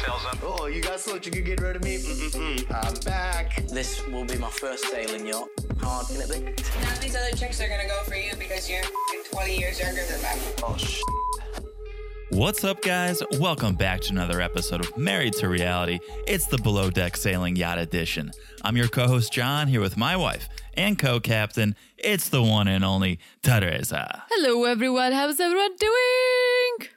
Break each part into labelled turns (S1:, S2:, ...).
S1: Oh, you got slipped. You can get rid of me. Mm-mm-mm. I'm back.
S2: This will be my first sailing yacht. How hard can it be?
S3: None of these other chicks are gonna go for you because you're f***ing 20 years younger than them.
S2: Oh, sh-
S4: What's up, guys? Welcome back to another episode of Married to Reality. It's the Below Deck Sailing Yacht Edition. I'm your co host, John, here with my wife and co captain. It's the one and only Teresa.
S5: Hello, everyone. How's everyone doing?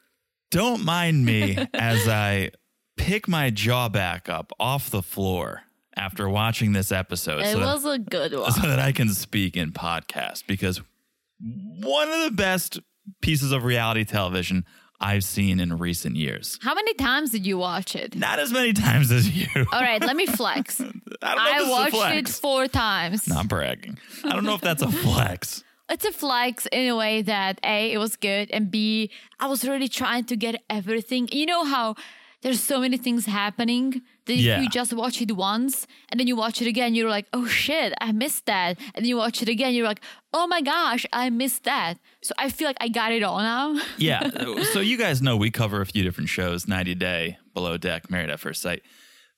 S4: Don't mind me as I pick my jaw back up off the floor after watching this episode
S5: It
S4: so,
S5: was a good
S4: that, so
S5: one.
S4: that I can speak in podcast because one of the best pieces of reality television I've seen in recent years.
S5: How many times did you watch it?
S4: Not as many times as you.
S5: All right, let me flex.
S4: I don't know if
S5: I
S4: this
S5: watched
S4: is a
S5: it
S4: flex.
S5: four times.
S4: I'm bragging. I don't know if that's a flex.
S5: It's a flex in a way that A, it was good, and B, I was really trying to get everything. You know how there's so many things happening that if
S4: Yeah.
S5: you just watch it once and then you watch it again, you're like, oh shit, I missed that. And then you watch it again, you're like, oh my gosh, I missed that. So I feel like I got it all now.
S4: Yeah. so you guys know we cover a few different shows 90 Day, Below Deck, Married at First Sight.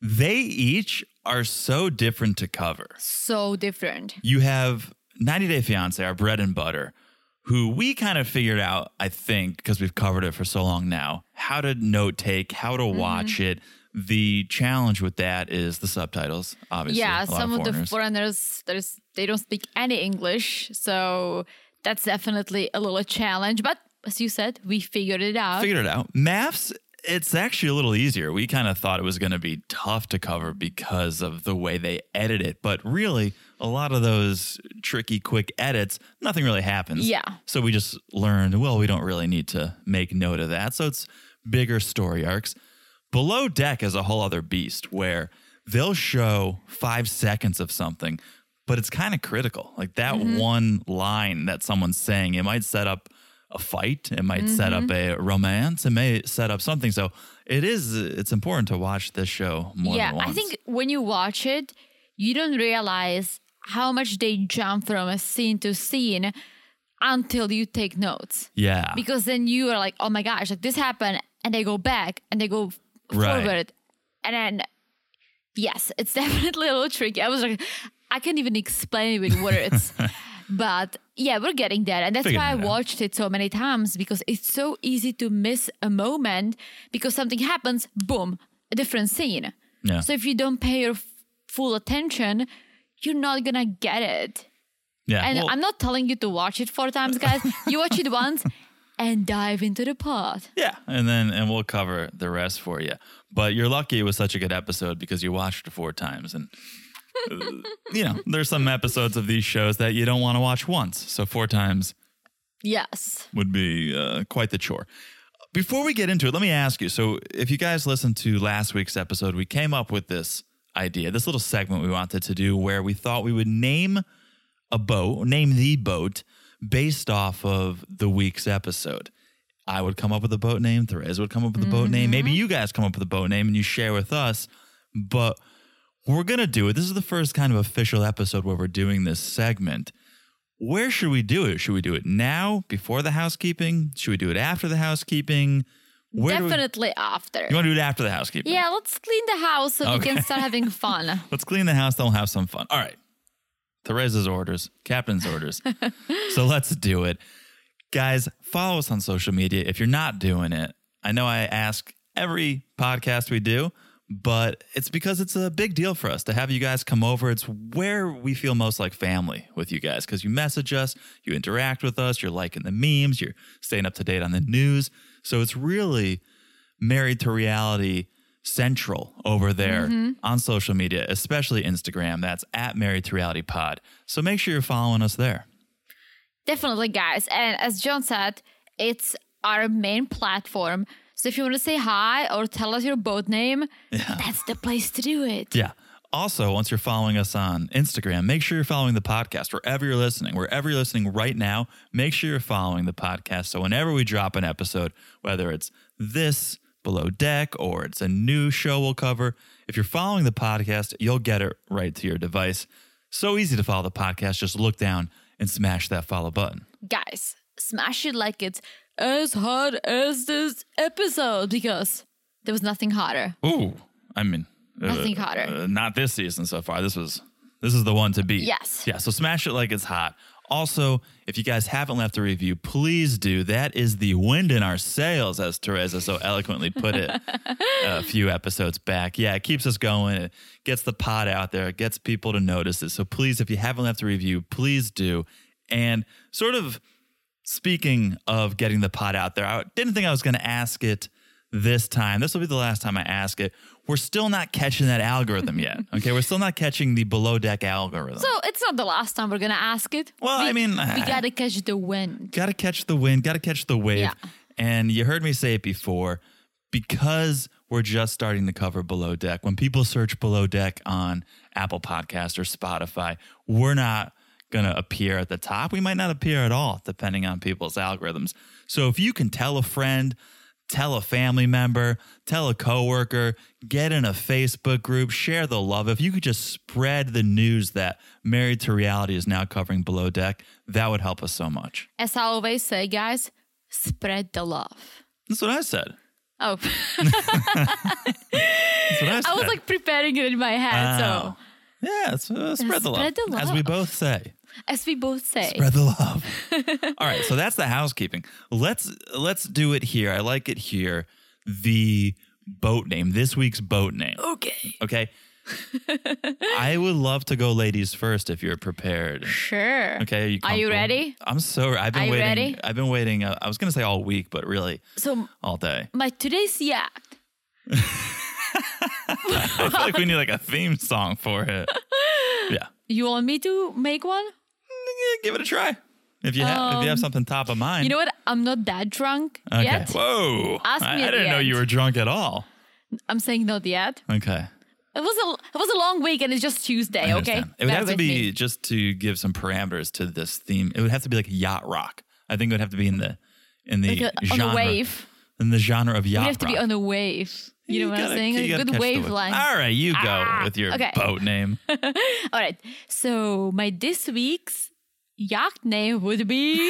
S4: They each are so different to cover.
S5: so different.
S4: You have 90 Day Fiance, our bread and butter, who we kind of figured out, I think, because we've covered it for so long now, how to note take, how
S5: Mm-hmm.
S4: to watch it. The challenge with that is the subtitles, obviously.
S5: yeah
S4: a lot
S5: some of, the
S4: foreigners.
S5: foreigners there's they don't speak any english so that's definitely a little challenge but as you said we figured it out
S4: figured it out. Maths, it's actually a little easier. We kind of thought it was going to be tough to cover because of the way they edit it, but really, a lot of those tricky, quick edits, nothing really happens.
S5: Yeah.
S4: So we just learned, well, we don't really need to make note of that. So it's bigger story arcs. Below deck is a whole other beast where they'll show five seconds of something, but it's kind of critical. Like that
S5: Mm-hmm.
S4: one line that someone's saying, it might set up a fight, it might set up a
S5: Mm-hmm.
S4: romance, it may set up something. So it is, it's important to watch this show more
S5: yeah
S4: than once.
S5: i think when you watch it you don't realize how much they jump from a scene to scene until you take notes
S4: Yeah.
S5: because then you are like oh my gosh like this happened and they go back and they go f-
S4: Right.
S5: forward and then yes it's definitely a little tricky i was like i can't even explain it with words but yeah we're getting there and that's
S4: Figuring
S5: why i
S4: it out.
S5: watched it so many times because it's so easy to miss a moment because something happens boom a different scene
S4: Yeah.
S5: so if you don't pay your f- full attention you're not gonna get it
S4: yeah.
S5: and
S4: Well-
S5: I'm not telling you to watch it four times, guys. you watch it once and dive into the pot.
S4: Yeah, and then and we'll cover the rest for you. But you're lucky it was such a good episode because you watched it four times, and uh, you know there's some episodes of these shows that you don't want to watch once. So four times
S5: Yes.
S4: would be uh, quite the chore. Before we get into it, let me ask you. So, if you guys listened to last week's episode, we came up with this idea, this little segment we wanted to do where we thought we would name a boat, name the boat based off of the week's episode. I would come up with a boat name, Therese would come up with a boat name, maybe you guys come up with a boat name and you share with us. But we're going to do it. This is the first kind of official episode where we're doing this segment where should we do it? Should we do it now before the housekeeping? Should we do it after the housekeeping? Where do we-
S5: Definitely after.
S4: you want to do it after the housekeeping?
S5: yeah, let's clean the house so we
S4: Okay.
S5: can start having fun.
S4: Let's clean the house, then we'll have some fun. All right. Theresa's orders, captain's orders. so let's do it. Guys, follow us on social media if you're not doing it. I know I ask every podcast we do, but it's because it's a big deal for us to have you guys come over. It's where we feel most like family with you guys because you message us, you interact with us, you're liking the memes, you're staying up to date on the news. So it's really married to reality central over there on social media, especially Instagram. That's at married to reality pod. So make sure you're following us there.
S5: Definitely, guys. And as John said, it's our main platform. So if you want to say hi or tell us your boat name, that's the place to do it.
S4: Yeah. Also, once you're following us on Instagram, make sure you're following the podcast wherever you're listening. Wherever you're listening right now, make sure you're following the podcast. So whenever we drop an episode, whether it's this below deck or it's a new show we'll cover, if you're following the podcast, you'll get it right to your device. So easy to follow the podcast. Just look down and smash that follow button.
S5: Guys, smash it like it's as hot as this episode because there was nothing hotter.
S4: Ooh. I mean, uh,
S5: Nothing hotter.
S4: uh, not this season so far. This was this is the one to beat.
S5: Yes.
S4: Yeah. So smash it like it's hot. Also, if you guys haven't left a review, please do. That is the wind in our sails, as Teresa so eloquently put it a few episodes back. Yeah, it keeps us going. It gets the pod out there. It gets people to notice it. So please, if you haven't left a review, please do. And sort of speaking of getting the pot out there, I didn't think I was going to ask it this time. This will be the last time I ask it. We're still not catching that algorithm yet. Okay, we're still not catching the below deck algorithm.
S5: So it's not the last time we're gonna ask it.
S4: Well,
S5: we,
S4: I mean, uh,
S5: we
S4: I-
S5: gotta catch the wind.
S4: got to catch the wind, got to catch the wave.
S5: Yeah.
S4: And you heard me say it before because we're just starting to cover Below Deck. When people search Below Deck on Apple Podcast or Spotify, we're not going to appear at the top. We might not appear at all, depending on people's algorithms. So if you can tell a friend, tell a family member, tell a coworker, get in a Facebook group, share the love. If you could just spread the news that Married to Reality is now covering Below Deck, that would help us so much.
S5: As I always say, guys, spread the love.
S4: That's what I said.
S5: Oh,
S4: That's what I said.
S5: I was like preparing it in my head.
S4: Wow. yeah, it's, uh, spread, the love,
S5: Spread the
S4: as we
S5: love.
S4: both say.
S5: So, as we both say,
S4: Spread the love. All right, so that's the housekeeping. Let's let's do it here. I like it here. The boat name. This week's boat name.
S5: okay,
S4: Okay. I would love to go ladies first if you're prepared.
S5: sure.
S4: Okay, are you,
S5: Are you
S4: comfortable?
S5: ready?
S4: I'm so. I've been
S5: Are you
S4: waiting.
S5: ready?
S4: I've been waiting. Uh, I was gonna say all week, but really
S5: So
S4: all day.
S5: my today's yacht.
S4: I feel like we need like a theme song for it. Yeah,
S5: You want me to make one?
S4: give it a try. If you have, if you have something top of mind,
S5: Um, You know what? I'm not that drunk
S4: Okay.
S5: yet.
S4: Whoa!
S5: Ask
S4: I,
S5: me
S4: I
S5: at
S4: didn't
S5: the
S4: know you
S5: end.
S4: were drunk at all.
S5: I'm saying not yet.
S4: Okay.
S5: It was a it was a long week and it's just Tuesday.
S4: I
S5: Okay,
S4: understand. It would
S5: Bear
S4: have to
S5: with
S4: be
S5: me.
S4: just to give some parameters to this theme. It would have to be like yacht rock. I think it would have to be in the in the
S5: like a, on
S4: genre
S5: a wave.
S4: in the genre of yacht
S5: We have to be
S4: rock.
S5: on a wave. You, know what
S4: gotta-
S5: I'm saying?
S4: you
S5: A
S4: gotta
S5: good
S4: catch the
S5: wave
S4: wave.
S5: line.
S4: All right, you go
S5: Ah,
S4: with your
S5: okay.
S4: boat name.
S5: All right. So my this week's yacht name would be.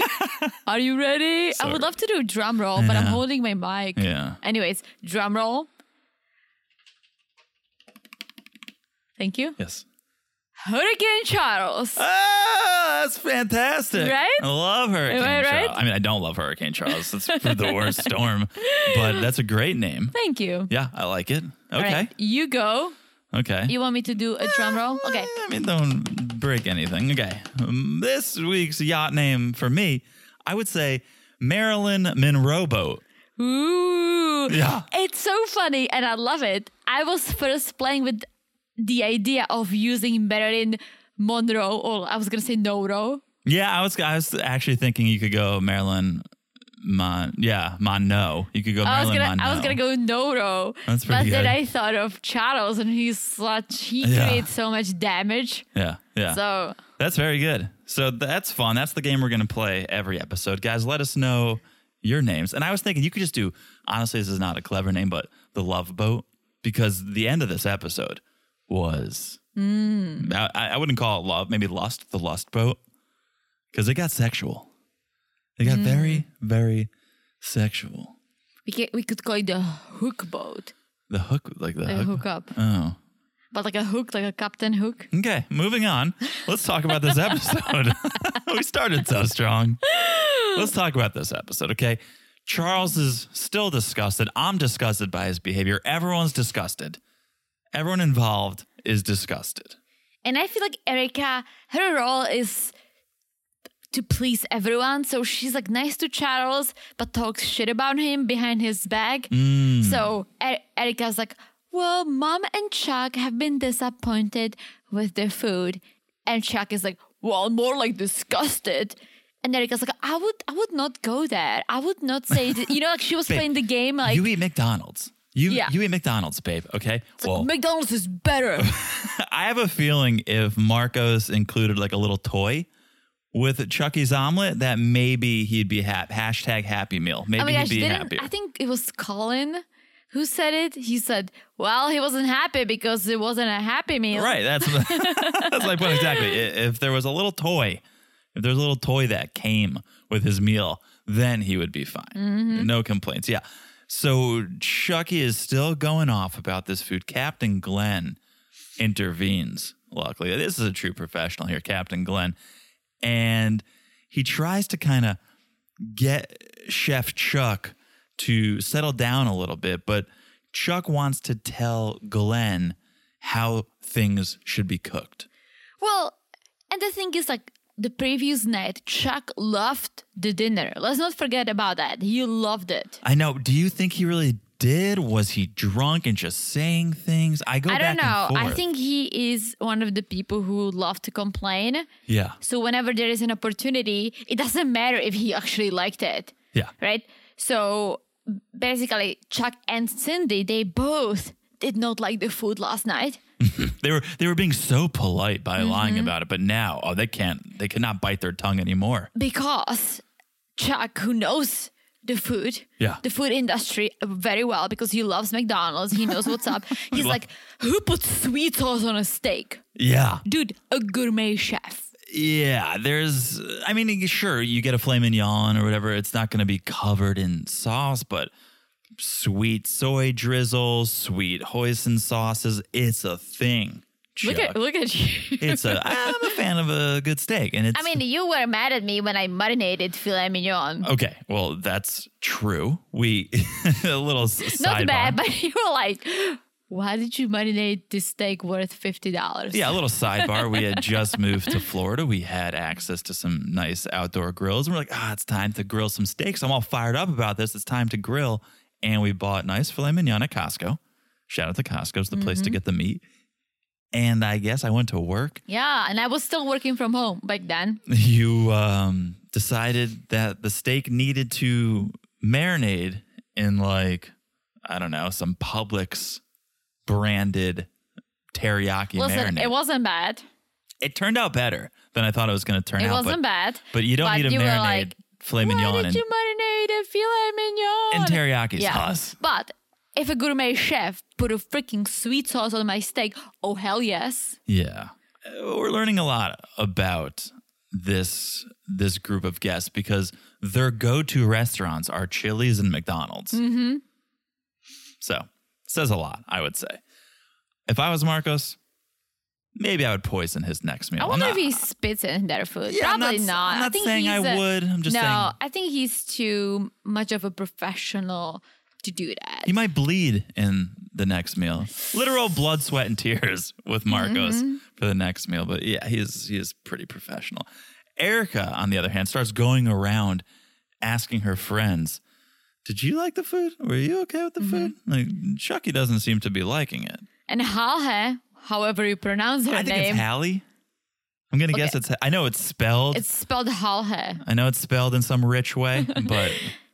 S5: are you ready? I
S4: Sorry.
S5: would love to do a drum roll, but I'm
S4: Yeah.
S5: holding my mic.
S4: Yeah.
S5: Anyways, drum roll. Thank you.
S4: Yes.
S5: Hurricane Charles.
S4: Uh, Ah, that's fantastic.
S5: Right?
S4: I love Hurricane
S5: I right?
S4: Charles. I mean, I don't love Hurricane Charles. It's the worst storm, but that's a great name.
S5: Thank you.
S4: Yeah, I like it.
S5: All
S4: Okay.
S5: right, you go.
S4: Okay. Eh,
S5: You want me to do a drum roll? Okay.
S4: I mean, don't break anything. Okay. Um, this week's yacht name for me, I would say Marilyn Monroe boat.
S5: Ooh.
S4: Yeah.
S5: It's so funny and I love it. I was first playing with the idea of using Marilyn Monroe, or I was gonna say Noro.
S4: Yeah, I was I was actually thinking you could go Marilyn Mon. Yeah, Monroe. You could go
S5: I was
S4: Marilyn
S5: gonna, I was
S4: Monroe.
S5: gonna go Noro,
S4: That's
S5: but
S4: pretty
S5: then
S4: good.
S5: I thought of Charles, and he's such he
S4: Yeah.
S5: creates so much damage.
S4: Yeah, yeah.
S5: So
S4: That's very good. So that's fun. That's the game we're going to play every episode. Guys, let us know your names. And I was thinking you could just do, honestly, this is not a clever name, but the love boat, because the end of this episode was, I, I wouldn't call it love, maybe lust, the lust boat, because it got sexual. It got very, very sexual.
S5: we ca we could call it the hook boat,
S4: The hook, like the
S5: the
S4: hook.
S5: hook up,
S4: Oh.
S5: but like a hook, like a captain hook.
S4: Okay, moving on. Let's talk about this episode. we started so strong. Let's talk about this episode, okay? Charles is still disgusted. I'm disgusted by his behavior. Everyone's disgusted. Everyone involved is disgusted.
S5: And I feel like Erica, her role is to please everyone. So she's like nice to Charles, but talks shit about him behind his back.
S4: Mm.
S5: So er- Erica's like, well, mom and Chuck have been disappointed with their food. And Chuck is like, well, more like disgusted. And Erica's like, I would, I would not go there. I would not say, that. you know, like she was
S4: Babe,
S5: playing the game, like,
S4: you eat McDonald's. You
S5: Yeah.
S4: you eat McDonald's, babe, okay?
S5: it's like, McDonald's is better.
S4: I have a feeling if Marcos included like a little toy with Chucky's omelet, that maybe he'd be happy. Hashtag happy meal. Maybe
S5: Oh my gosh,
S4: he'd be
S5: didn't
S4: happier.
S5: I think it was Colin who said it? He said, "Well, he wasn't happy because it wasn't a happy meal."
S4: Right. That's that's my point exactly. I- If there was a little toy, if there was a little toy that came with his meal, then he would be fine. No complaints. Yeah. So Chucky is still going off about this food. Captain Glenn intervenes, luckily. This is a true professional here, Captain Glenn. And he tries to kind of get Chef Chuck to settle down a little bit, but Chuck wants to tell Glenn how things should be cooked.
S5: Well, and the thing is, like the previous night, Chuck loved the dinner. Let's not forget about that. He loved it.
S4: I know. Do you think he really did? Was he drunk and just saying things? I go
S5: I don't
S4: back
S5: know.
S4: and
S5: I
S4: forth.
S5: think he is one of the people who love to complain.
S4: Yeah.
S5: So whenever there is an opportunity, it doesn't matter if he actually liked it,
S4: Yeah.
S5: right? So basically, Chuck and Cindy, they both did not like the food last night.
S4: They were they were being so polite by lying
S5: Mm-hmm.
S4: about it, but now oh they can't they cannot bite their tongue anymore.
S5: because Chuck, who knows the food,
S4: Yeah.
S5: the food industry very well because he loves McDonald's, he knows what's up. He's
S4: love-
S5: like, who puts sweet sauce on a steak?
S4: Yeah.
S5: Dude, a gourmet chef.
S4: Yeah, there's. I mean, sure, you get a filet mignon or whatever. It's not going to be covered in sauce, but sweet soy drizzle, sweet hoisin sauces. It's a thing.
S5: Look
S4: Chuck.
S5: at look at you.
S4: It's a. I'm a fan of a good steak, and it's.
S5: I mean, you were mad at me when I marinated filet mignon.
S4: okay, well, that's true. We a little s-
S5: Not
S4: sidebar.
S5: bad, but you were like, why did you marinate this steak worth fifty dollars?
S4: Yeah, a little sidebar. We had just moved to Florida. We had access to some nice outdoor grills. And we're like, ah, it's time to grill some steaks. I'm all fired up about this. It's time to grill. And we bought nice filet mignon at Costco. Shout out to Costco. It's the place to get the meat. And I guess I went to work.
S5: Yeah, and I was still working from home back then.
S4: You um, decided that the steak needed to marinate in like, I don't know, some Publix branded teriyaki
S5: Listen,
S4: marinade.
S5: it wasn't bad.
S4: It turned out better than I thought it was going to turn
S5: It
S4: out. but,
S5: wasn't bad.
S4: But you don't
S5: But
S4: need to
S5: you were
S4: marinate
S5: like,
S4: filet
S5: Why
S4: mignon
S5: did
S4: and,
S5: you marinate a filet mignon?
S4: and teriyaki
S5: yeah.
S4: sauce.
S5: But if a gourmet chef put a freaking sweet sauce on my steak, oh hell yes.
S4: Yeah, Uh, we're learning a lot about this this group of guests because their go to restaurants are Chili's and McDonald's. Mm-hmm. So says a lot, I would say. If I was Marcos, maybe I would poison his next meal.
S5: I
S4: I'm
S5: wonder
S4: not-
S5: if he spits in their food.
S4: Yeah, I'm
S5: Probably
S4: not- I'm not
S5: think
S4: saying I
S5: he's a-
S4: would. I'm just
S5: no,
S4: saying-
S5: I think he's too much of a professional to do that.
S4: He might bleed in the next meal. Literal blood, sweat, and tears with Marcos
S5: Mm-hmm.
S4: for the next meal. But yeah, he is he is pretty professional. Erica, on the other hand, starts going around asking her friends, "Did you like the food? Were you okay with the
S5: Mm-hmm.
S4: food?" Like Chucky doesn't seem to be liking it.
S5: And Halhe, however you pronounce her
S4: I think
S5: name,
S4: it's Hallie. I'm gonna guess it's. I know it's spelled.
S5: it's spelled Halhe.
S4: I know it's spelled in some rich way, but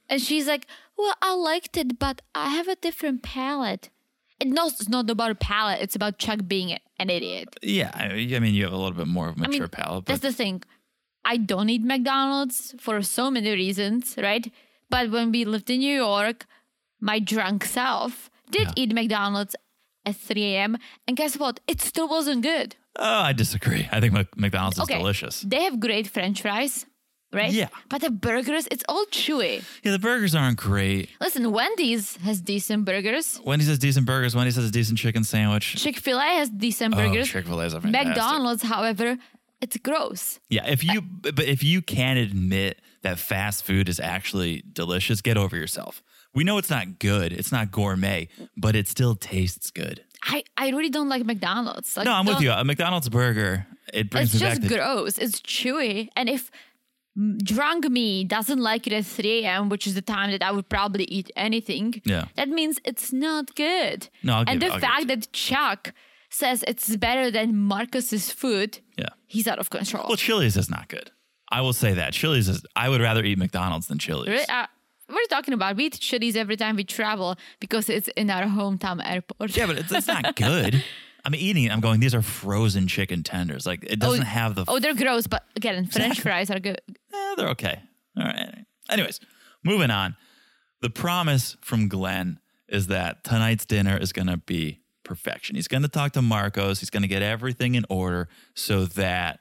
S5: And she's like, "Well, I liked it, but I have a different palate." And no, it's not about palate. It's about Chuck being an idiot.
S4: yeah, I I mean, you have a little bit more of a
S5: I mean,
S4: mature palate. But
S5: that's the thing. I don't eat McDonald's for so many reasons, right? But when we lived in New York, my drunk self did
S4: Yeah.
S5: eat McDonald's at 3 a.m. And guess what? It still wasn't good.
S4: oh, I disagree. I think Mc- McDonald's is delicious.
S5: They have great French fries, right?
S4: Yeah.
S5: But the burgers, it's all chewy.
S4: Yeah, the burgers aren't great.
S5: Listen, Wendy's has decent burgers.
S4: Wendy's has decent burgers. Wendy's has a decent chicken sandwich.
S5: Chick Fil A has decent
S4: Oh,
S5: burgers.
S4: Chick Fil A's are fantastic.
S5: McDonald's, however, it's gross.
S4: Yeah, if you but if you can admit that fast food is actually delicious, get over yourself. We know it's not good. It's not gourmet, but it still tastes good.
S5: I, I really don't like McDonald's. Like,
S4: No, I'm with
S5: don't-
S4: you. A McDonald's burger, it brings
S5: It's
S4: me back
S5: just
S4: to
S5: gross. It's chewy. And if m- drunk me doesn't like it at 3 a.m., which is the time that I would probably eat anything,
S4: Yeah.
S5: that means it's not good.
S4: No, I'll
S5: and
S4: give-
S5: the
S4: I'll give
S5: fact
S4: it
S5: that Chuck says it's better than Marcus's food,
S4: Yeah.
S5: he's out of control.
S4: Well, Chili's is not good. I will say that. Chili's is I would rather eat McDonald's than Chili's.
S5: Really, uh, what are you talking about? We eat chilies every time we travel because it's in our hometown airport.
S4: Yeah, but it's, it's not good. I'm eating it. I'm going, these are frozen chicken tenders. Like it doesn't have the
S5: Oh, they're gross, but again, French
S4: Exactly.
S5: fries are good.
S4: eh, they're okay. All right. Anyways, moving on. The promise from Glenn is that tonight's dinner is going to be perfection. He's going to talk to Marcos. He's going to get everything in order so that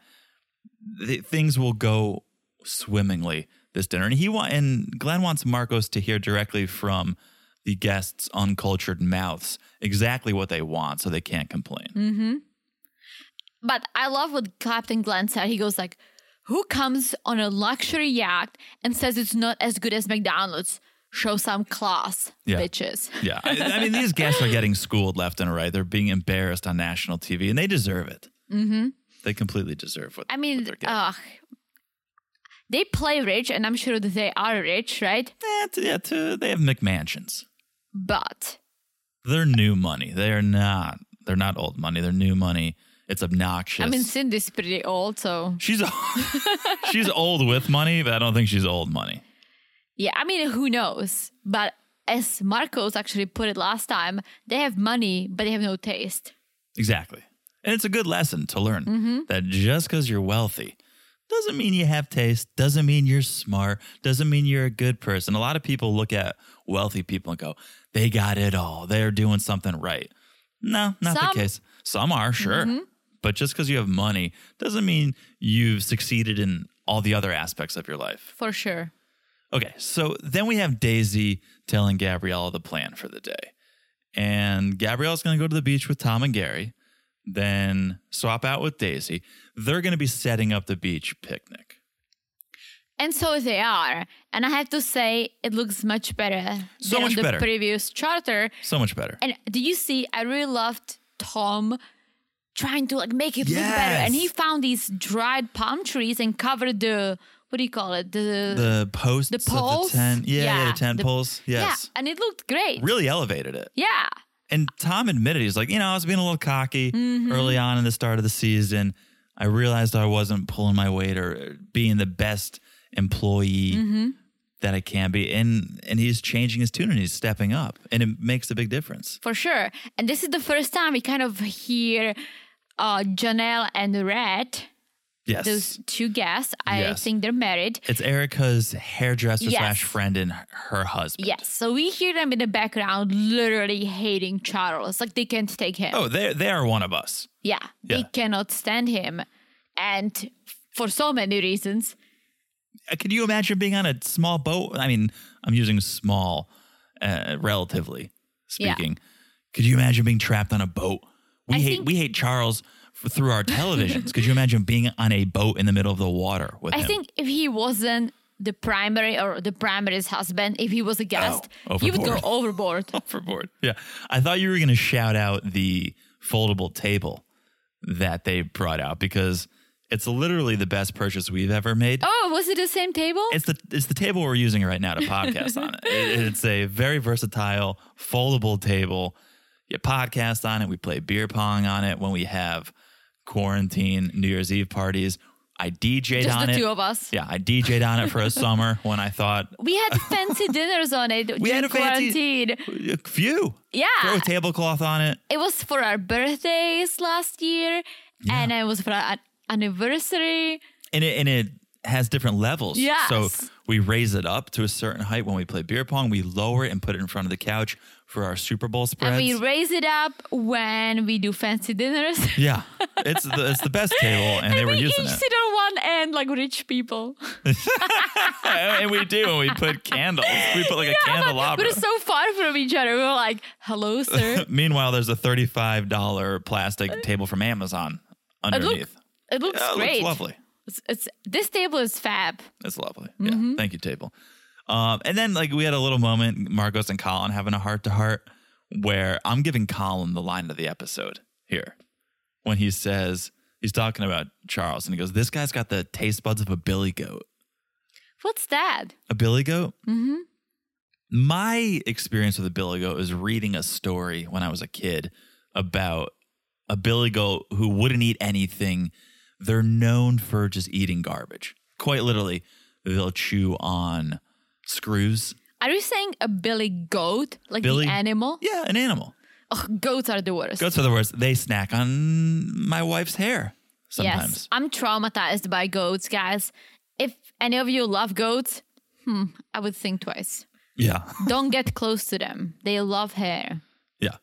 S4: th- things will go swimmingly this dinner. And he wa- and Glenn wants Marcos to hear directly from the guests' uncultured mouths exactly what they want so they can't complain.
S5: But I love what Captain Glenn said. He goes like, "Who comes on a luxury yacht and says it's not as good as McDonald's? Show some class,
S4: Yeah.
S5: bitches."
S4: Yeah. I, I mean, these guests are getting schooled left and right. They're being embarrassed on national TV and they deserve it. Mm-hmm. They completely deserve what
S5: I
S4: what
S5: mean, uh,
S4: they're getting.
S5: ugh. They play rich, and I'm sure that they are rich, right?
S4: Eh, t- yeah, t- they have McMansions.
S5: But
S4: They're new money. They're not. They're not old money. They're new money. It's obnoxious.
S5: I mean, Cindy's pretty old, so
S4: she's she's old with money, but I don't think she's old money.
S5: yeah. I mean, who knows? But as Marcos actually put it last time, they have money, but they have no taste.
S4: Exactly. And it's a good lesson to learn that just because you're wealthy doesn't mean you have taste, doesn't mean you're smart, doesn't mean you're a good person. A lot of people look at wealthy people and go, they got it all. They're doing something right. No, not
S5: Some-
S4: the case. Some are, sure. But just because you have money doesn't mean you've succeeded in all the other aspects of your life.
S5: For sure.
S4: Okay, so then we have Daisy telling Gabriella the plan for the day. And Gabriella's going to go to the beach with Tom and Gary, then swap out with Daisy. They're going to be setting up the beach picnic.
S5: And so they are. And I have to say, it looks much better
S4: So
S5: than
S4: much
S5: the
S4: better.
S5: previous charter.
S4: So much better.
S5: And do you see? I really loved Tom trying to like make it look better. And
S4: Yes.
S5: he found these dried palm trees and covered the what do you call it? The,
S4: the posts
S5: the poles?
S4: of the tent. Yeah, yeah,
S5: Yeah,
S4: the tent
S5: the-
S4: poles. Yes.
S5: yeah, and it looked great.
S4: Really elevated it.
S5: Yeah,
S4: And Tom admitted he's like, you know, I was being a little cocky
S5: Mm-hmm.
S4: early on in the start of the season. I realized I wasn't pulling my weight or being the best employee
S5: Mm-hmm.
S4: that I can be. And and he's changing his tune and he's stepping up, and it makes a big difference.
S5: for sure. And this is the first time we kind of hear uh Janelle and Red,
S4: Yes,
S5: those two guests. I
S4: Yes.
S5: think they're married.
S4: it's Erica's hairdresser
S5: Yes.
S4: slash friend and her husband.
S5: Yes, so we hear them in the background, literally hating Charles. Like they can't take him.
S4: Oh, they they are one of us.
S5: Yeah, they
S4: Yeah.
S5: cannot stand him, and for so many reasons.
S4: Uh, Can you imagine being on a small boat? I mean, I'm using small, uh, relatively
S5: Yeah.
S4: speaking. Could you imagine being trapped on a boat? We
S5: I
S4: hate
S5: think-
S4: we hate Charles f- through our televisions. Could you imagine being on a boat in the middle of the water with
S5: I
S4: him?
S5: think if he wasn't the primary or the primary's husband, if he was a guest, he would go
S4: Oh, overboard.
S5: overboard.
S4: overboard. Yeah, I thought you were going to shout out the foldable table that they brought out because it's literally the best purchase we've ever made.
S5: oh, was it the same table?
S4: It's the it's the table we're using right now to podcast on it. It- It's a very versatile foldable table. You podcast on it. We play beer pong on it when we have quarantine New Year's Eve parties. I DJ'd
S5: Just
S4: on
S5: the
S4: it.
S5: two of us.
S4: Yeah, I DJ'd on it for a summer when I thought
S5: We had fancy dinners on it.
S4: We had a
S5: during
S4: fancy-
S5: quarantine.
S4: a few.
S5: Yeah.
S4: Throw a tablecloth on it.
S5: It was for our birthdays last year, and it was for our anniversary.
S4: and it and it has different levels.
S5: Yes.
S4: So we raise it up to a certain height when we play beer pong. We lower it and put it in front of the couch for our Super Bowl
S5: And
S4: spreads.
S5: we raise it up when we do fancy dinners.
S4: yeah, it's the, it's the best table, and they were
S5: we each
S4: using it.
S5: sit on one end like rich people.
S4: and we do, and we put candles. We put like a
S5: But
S4: candelabra.
S5: we're so far from each other. We were like, hello, sir.
S4: Meanwhile, there's a thirty-five dollar plastic table from Amazon
S5: Uh, it, look,
S4: underneath.
S5: it looks
S4: Yeah, it
S5: great.
S4: looks lovely.
S5: It's, it's, this table is fab.
S4: It's lovely. Yeah.
S5: Mm-hmm.
S4: Thank you, table. Um, and then like we had a little moment, Marcos and Colin having a heart to heart where I'm giving Colin the line of the episode here when he says he's talking about Charles and he goes, This guy's got the taste buds of a billy goat.
S5: What's that?
S4: A billy goat? Mm-hmm. My experience with a billy goat is reading a story when I was a kid about a billy goat who wouldn't eat anything. They're known for just eating garbage. Quite literally, they'll chew on screws.
S5: Are you saying a billy goat, like
S4: Billy-
S5: the animal?
S4: Yeah, an animal.
S5: Ugh, goats are the worst.
S4: Goats are the worst. They snack on my wife's hair
S5: yes,
S4: sometimes.
S5: I'm traumatized by goats, guys. If any of you love goats, hmm, I would think twice.
S4: Yeah.
S5: Don't get close to them. They love hair.
S4: Yeah.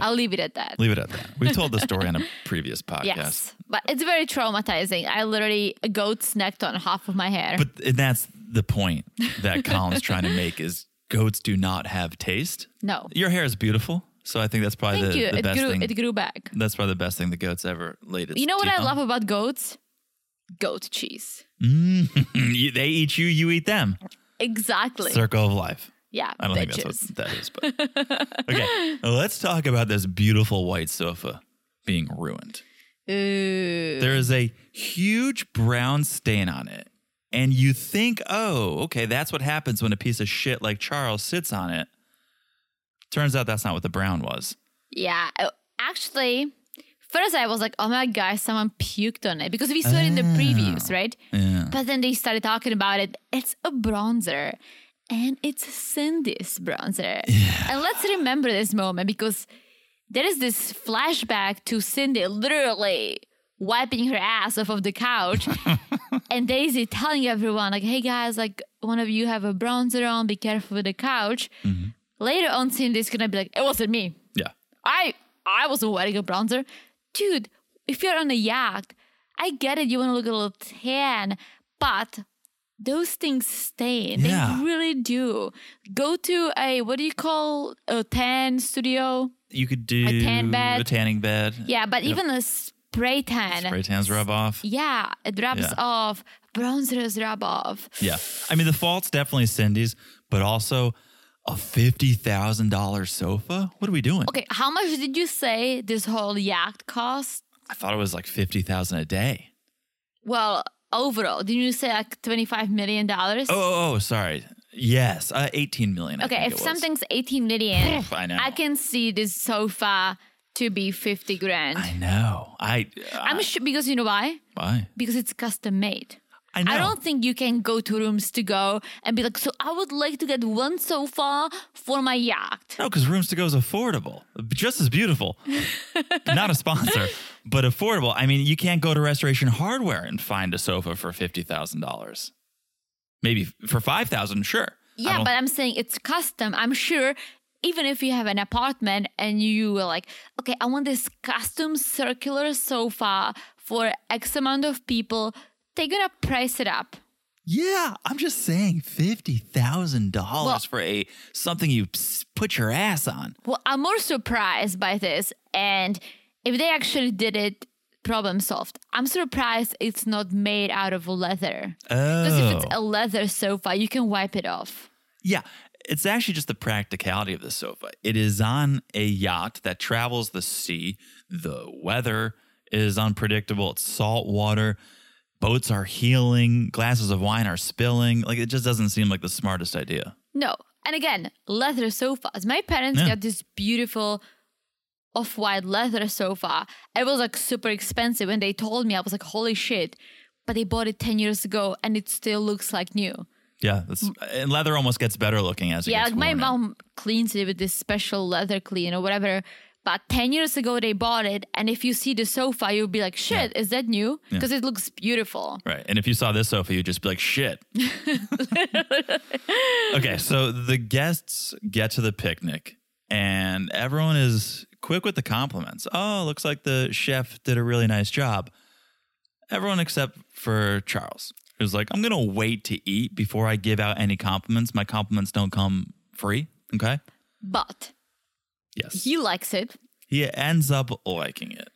S5: I'll leave it at that.
S4: Leave it at that. We've told the story on a previous podcast.
S5: Yes. But it's very traumatizing. I literally, a goat snacked on half of my hair.
S4: But and that's the point that Colin's trying to make is goats do not have taste.
S5: No.
S4: Your hair is beautiful. So I think that's probably
S5: Thank
S4: the,
S5: you.
S4: the
S5: It
S4: best
S5: grew,
S4: thing.
S5: it grew back.
S4: That's probably the best thing the goats ever laid. its
S5: You know what
S4: teeth
S5: I
S4: on.
S5: love about goats? Goat cheese.
S4: You- they eat you, you eat them.
S5: Exactly.
S4: Circle of life.
S5: yeah,
S4: I don't
S5: bitches.
S4: think that's what that is. But okay, let's talk about this beautiful white sofa being ruined.
S5: Ooh.
S4: There is a huge brown stain on it. And you think, oh, okay, that's what happens when a piece of shit like Charles sits on it. Turns out that's not what the brown was.
S5: Yeah. uh, Actually, first I was like, oh my God, someone puked on it because we saw it in the previews, right? But then they started talking about it. It's a bronzer and it's Cindy's bronzer. And let's remember this moment because there is this flashback to Cindy literally wiping her ass off of the couch and Daisy telling everyone like, "Hey guys, like one of you have a bronzer on. Be careful with the couch." Later on, Cindy's gonna be like, "It wasn't me.
S4: Yeah.
S5: I I wasn't wearing a bronzer, dude. If you're on a yacht, I get it. You want to look a little tan, but." Those things stain.
S4: Yeah.
S5: They really do. Go to a what do you call a tan studio?
S4: You could do
S5: A tan bed.
S4: a tanning bed.
S5: Yeah, but
S4: Yep.
S5: even a spray tan.
S4: spray tans rub off.
S5: Yeah, it rubs
S4: Yeah.
S5: off. Bronzers rub off.
S4: Yeah. I mean, the fault's definitely Cindy's, but also a $50,000 sofa? What are we doing?
S5: Okay, how much did you say this whole yacht cost?
S4: I thought it was like 50000 a day.
S5: Well, overall, didn't you say like $25 million?
S4: Oh, oh, oh sorry. Yes, uh, 18 million. I
S5: okay,
S4: think
S5: if
S4: it was.
S5: something's 18 million,
S4: I know.
S5: I can see this sofa to be 50 grand.
S4: I
S5: I,
S4: know. I.
S5: am sure because you know why?
S4: Why?
S5: Because it's custom made.
S4: I know.
S5: I don't think you can go to rooms to go and be like, so I would like to get one sofa for my yacht.
S4: No, because Rooms to Go is affordable, just as beautiful. Not a sponsor, but affordable. I mean, you can't go to Restoration Hardware and find a sofa for fifty thousand dollars. Maybe for five thousand, sure. I
S5: Yeah,
S4: don't-
S5: but I'm saying it's custom. I'm sure even if you have an apartment and you were like, okay, I want this custom circular sofa for X amount of people, they're gonna price it up.
S4: yeah, I'm just saying fifty thousand dollars for a something you s- put your ass on.
S5: Well, I'm more surprised by this. And if they actually did it, problem solved. I'm surprised it's not made out of leather. Because if it's
S4: Oh.
S5: a leather sofa, you can wipe it off.
S4: Yeah. It's actually just the practicality of the sofa. It is on a yacht that travels the sea. The weather is unpredictable. It's salt water. Boats are healing. Glasses of wine are spilling. Like, it just doesn't seem like the smartest idea.
S5: No. And again, leather sofas. My parents
S4: Yeah.
S5: got this beautiful off white leather sofa. It was like super expensive. When they told me, I was like, holy shit. But they bought it 10 years ago and it still looks like new.
S4: Yeah. That's, and leather almost gets better looking as it
S5: yeah,
S4: gets
S5: like my
S4: worn in.
S5: mom cleans it with this special leather clean or whatever. But 10 years ago, they bought it. And if you see the sofa, you'll be like, shit, is that new? Because it looks beautiful.
S4: Right. And if you saw this sofa, you'd just be like, shit. okay. So the guests get to the picnic and everyone is quick with the compliments. Oh, looks like the chef did a really nice job. Everyone except for Charles, who's like, I'm going to wait to eat before I give out any compliments. My compliments don't come free. Okay.
S5: But
S4: Yes.
S5: he likes it.
S4: He ends up liking it.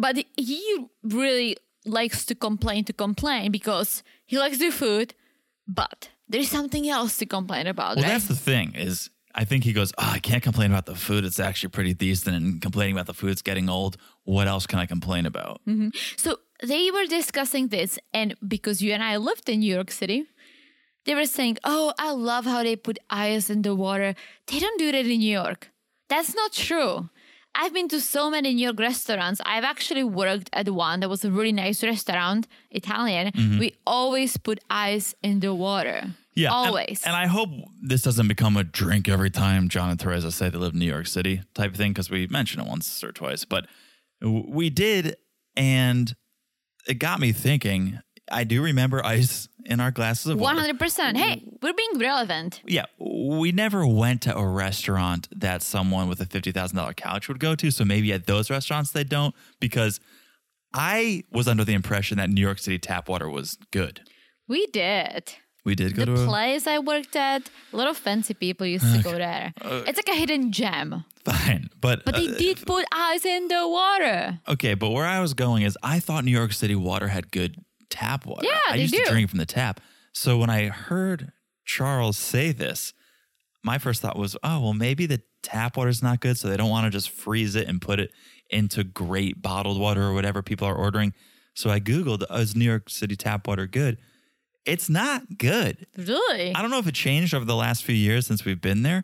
S5: but he really likes to complain to complain because he likes the food but there's something else to complain about
S4: Well,
S5: right?
S4: that's the thing is I think he goes, oh, I can't complain about the food. It's actually pretty decent. And complaining about the food's getting old. What else can I complain about?
S5: Mm-hmm. so they were discussing this and because you and i lived in new york city they were saying oh i love how they put ice in the water they don't do that in new york that's not true i've been to so many new york restaurants i've actually worked at one that was a really nice restaurant italian we always put ice in the water
S4: Mm-hmm. Yeah. and-
S5: always
S4: And, I hope this doesn't become a drink every time John and Teresa say they live in New York City type of thing, because we mentioned it once or twice, but w- we did. And it got me thinking. I do remember ice in our glasses of
S5: One
S4: water.
S5: hundred percent. Hey, we're being relevant.
S4: Yeah, we never went to a restaurant that someone with a fifty thousand dollar couch would go to. So maybe at those restaurants they don't, because I was under the impression that New York City tap water was good.
S5: We did.
S4: We did go
S5: the
S4: to a
S5: place I worked at, a lot of fancy people used to go there.
S4: Uh,
S5: it's like a hidden gem.
S4: fine, but
S5: But they
S4: uh,
S5: did put ice in the water.
S4: okay. But where I was going is, I thought New York City water had good tap water.
S5: Yeah,
S4: I
S5: they
S4: used to
S5: do.
S4: drink from the tap. So when I heard Charles say this, my first thought was, oh well, maybe the tap water's not good, so they don't want to just freeze it and put it into great bottled water or whatever people are ordering. So I googled, oh, is New York City tap water good? It's not good.
S5: Really?
S4: I don't know if it changed over the last few years since we've been there.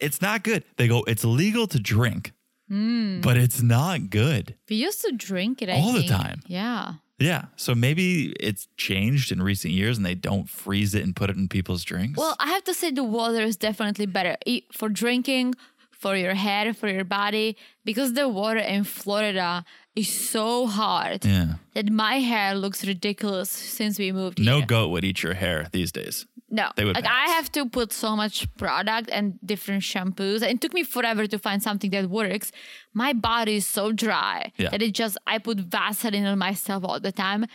S4: It's not good. They go, it's legal to drink,
S5: Hmm.
S4: but it's not good.
S5: We used to drink it I
S4: All the
S5: think.
S4: time.
S5: Yeah.
S4: Yeah. So maybe it's changed in recent years and they don't freeze it and put it in people's drinks.
S5: Well, I have to say the water is definitely better e- for drinking, for your hair, for your body, because the water in Florida is so hard
S4: yeah.
S5: that my hair looks ridiculous since we moved
S4: No
S5: here.
S4: goat would eat your hair these days.
S5: No,
S4: They would
S5: like
S4: pass.
S5: I have to put so much product and different shampoos, and it took me forever to find something that works. My body is so dry
S4: Yeah.
S5: that it just I put Vaseline on myself all the time.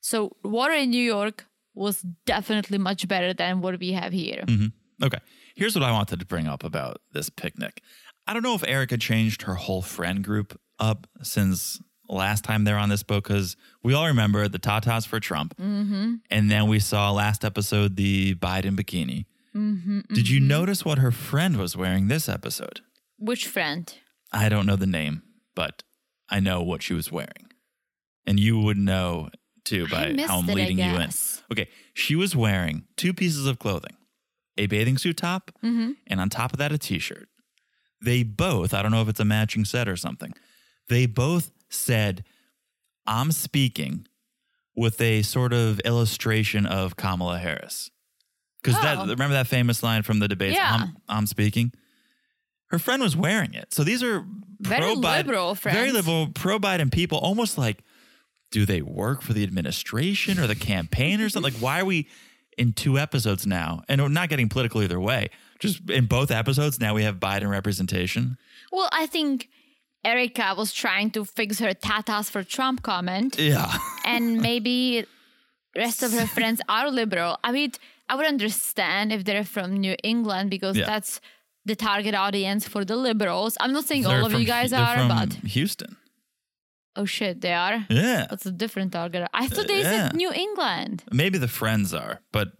S5: So water in New York was definitely much better than what we have here.
S4: Mm-hmm. Okay. Here's what I wanted to bring up about this picnic. I don't know if Erica changed her whole friend group up since last time they're on this boat because we all remember the tatas for Trump. And then we saw last episode the Biden bikini. Did you notice what her friend was wearing this episode?
S5: Which friend?
S4: I don't know the name, but I know what she was wearing. And you would know too by
S5: missed
S4: how I'm
S5: it, I
S4: leading you in.
S5: guess.
S4: Okay. She was wearing two pieces of clothing a bathing suit top,
S5: Mm-hmm.
S4: and on top of that, a t shirt. They both, I don't know if it's a matching set or something, they both said, I'm speaking with a sort of illustration of Kamala Harris. Because that
S5: Oh.
S4: remember that famous line from the debates,
S5: Yeah.
S4: I'm, I'm speaking? Her friend was wearing it. So these are
S5: Very
S4: pro-Biden-
S5: liberal
S4: Very
S5: friends.
S4: liberal, pro Biden people, almost like, do they work for the administration or the campaign or something? Like, why are we in two episodes now? And we're not getting political either way. Just in both episodes, now we have Biden representation.
S5: Well, I think Erica was trying to fix her tatas for Trump comment,
S4: Yeah.
S5: and maybe rest of her friends are liberal. I mean, I would understand if they're from New England because
S4: Yeah.
S5: that's the target audience for the liberals. I'm not saying
S4: They're
S5: all of
S4: from-
S5: you guys
S4: they're
S5: are,
S4: from
S5: but
S4: Houston.
S5: oh shit, they are.
S4: Yeah. Uh,
S5: That's a different target. I thought they
S4: yeah.
S5: said New England.
S4: Maybe the friends are, but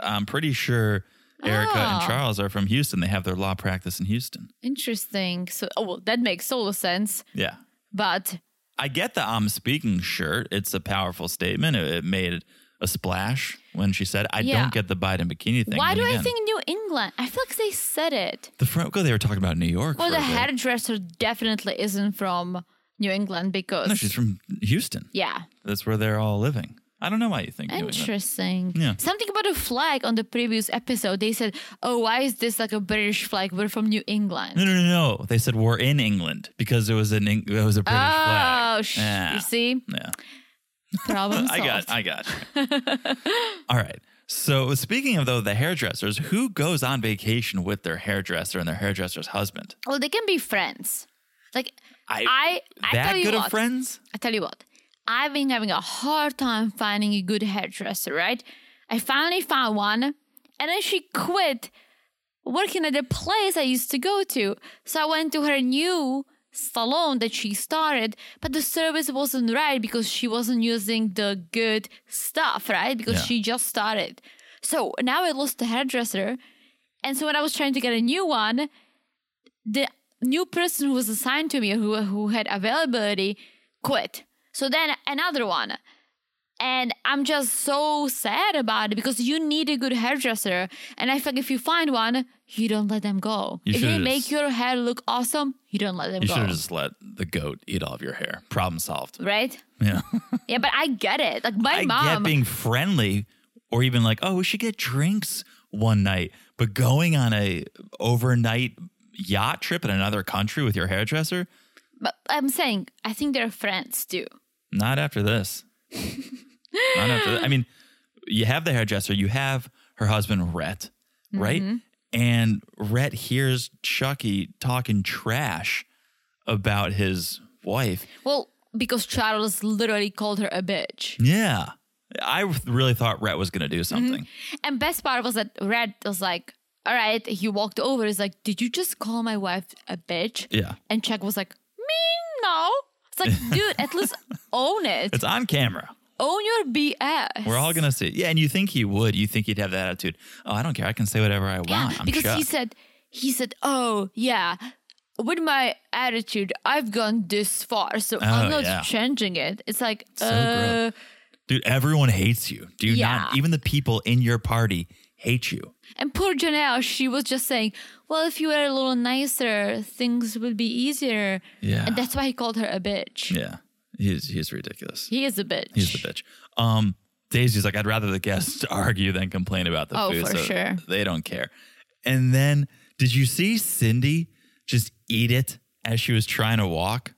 S4: I'm pretty sure Erica and
S5: Oh.
S4: Charles are from Houston. They have their law practice in Houston.
S5: Interesting. So, oh well, that makes total sense.
S4: Yeah.
S5: But
S4: I get the I'm speaking shirt. It's a powerful statement. It, it made a splash when she said, I
S5: Yeah.
S4: don't get the Biden bikini thing.
S5: why
S4: And
S5: do I
S4: again,
S5: think New England? I feel like they said it.
S4: the front go? They were talking about New York.
S5: Well,
S4: for a
S5: the
S4: bit.
S5: hairdresser definitely isn't from New England because
S4: No, she's from Houston.
S5: yeah,
S4: That's where they're all living. I don't know why you think. New England.
S5: interesting.
S4: Yeah.
S5: Something about a flag on the previous episode. They said, "Oh, why is this like a British flag? We're from New England."
S4: No, no, no, no. They said we're in England because it was an Eng- it was a British flag.
S5: Oh, sh-
S4: Yeah.
S5: you see,
S4: Yeah.
S5: problem solved.
S4: I got, I got. you. All right. So speaking of though the hairdressers, who goes on vacation with their hairdresser and their hairdresser's husband?
S5: Well, they can be friends. Like
S4: I-
S5: I, I,
S4: that
S5: tell you
S4: good
S5: what,
S4: of friends?
S5: I tell you what, I've been having a hard time finding a good hairdresser, right? I finally found one, and then she quit working at the place I used to go to. So I went to her new salon that she started, but the service wasn't right because she wasn't using the good stuff, right? Because
S4: Yeah.
S5: she just started. So now I lost the hairdresser. And so when I was trying to get a new one, the new person who was assigned to me who who had availability quit so then another one and i'm just so sad about it because you need a good hairdresser and i think if you find one you don't let them go
S4: You
S5: if
S4: should've
S5: they
S4: just-
S5: make your hair look awesome you don't let them
S4: You should
S5: go
S4: have just let the goat eat all of your hair. Problem solved.
S5: right
S4: Yeah.
S5: yeah but i get it like my
S4: I get
S5: mom
S4: being friendly or even like, oh, we should get drinks one night, but going on a overnight yacht trip in another country with your hairdresser,
S5: but i'm saying i think they're friends too
S4: not after this. not after th- I mean, you have the hairdresser, you have her husband Rhett, right? And Rhett hears Chucky talking trash about his wife.
S5: well because charles literally called her a bitch
S4: Yeah. I really thought Rhett was going to
S5: Mm-hmm.
S4: do something.
S5: And best part was that Red was like, all right, he walked over. He's like, did you just call my wife a bitch?
S4: Yeah.
S5: And Chuck was like, me, no. It's like, dude, at least own it.
S4: It's on camera.
S5: own your BS.
S4: We're all going to see. Yeah. And you think he would. You think he'd have that attitude. Oh, I don't care. I can say whatever I want.
S5: Yeah,
S4: I'm
S5: because
S4: Chuck.
S5: he said, he said, oh, yeah, with my attitude, I've gone this far, so
S4: Oh,
S5: I'm not
S4: yeah.
S5: changing it. It's like,
S4: So
S5: uh,
S4: gross. Dude, everyone hates you. Do you not?
S5: Yeah.
S4: Even the people in your party hate you.
S5: and poor Janelle, she was just saying, well, if you were a little nicer, things would be easier.
S4: Yeah.
S5: And that's why he called her a bitch.
S4: Yeah. He's, he's ridiculous.
S5: He is a bitch.
S4: He's the bitch. Um, Daisy's like, I'd rather the guests argue than complain about the
S5: Oh,
S4: food.
S5: for sure.
S4: They don't care. And then, did you see Cindy just eat it as she was trying to walk?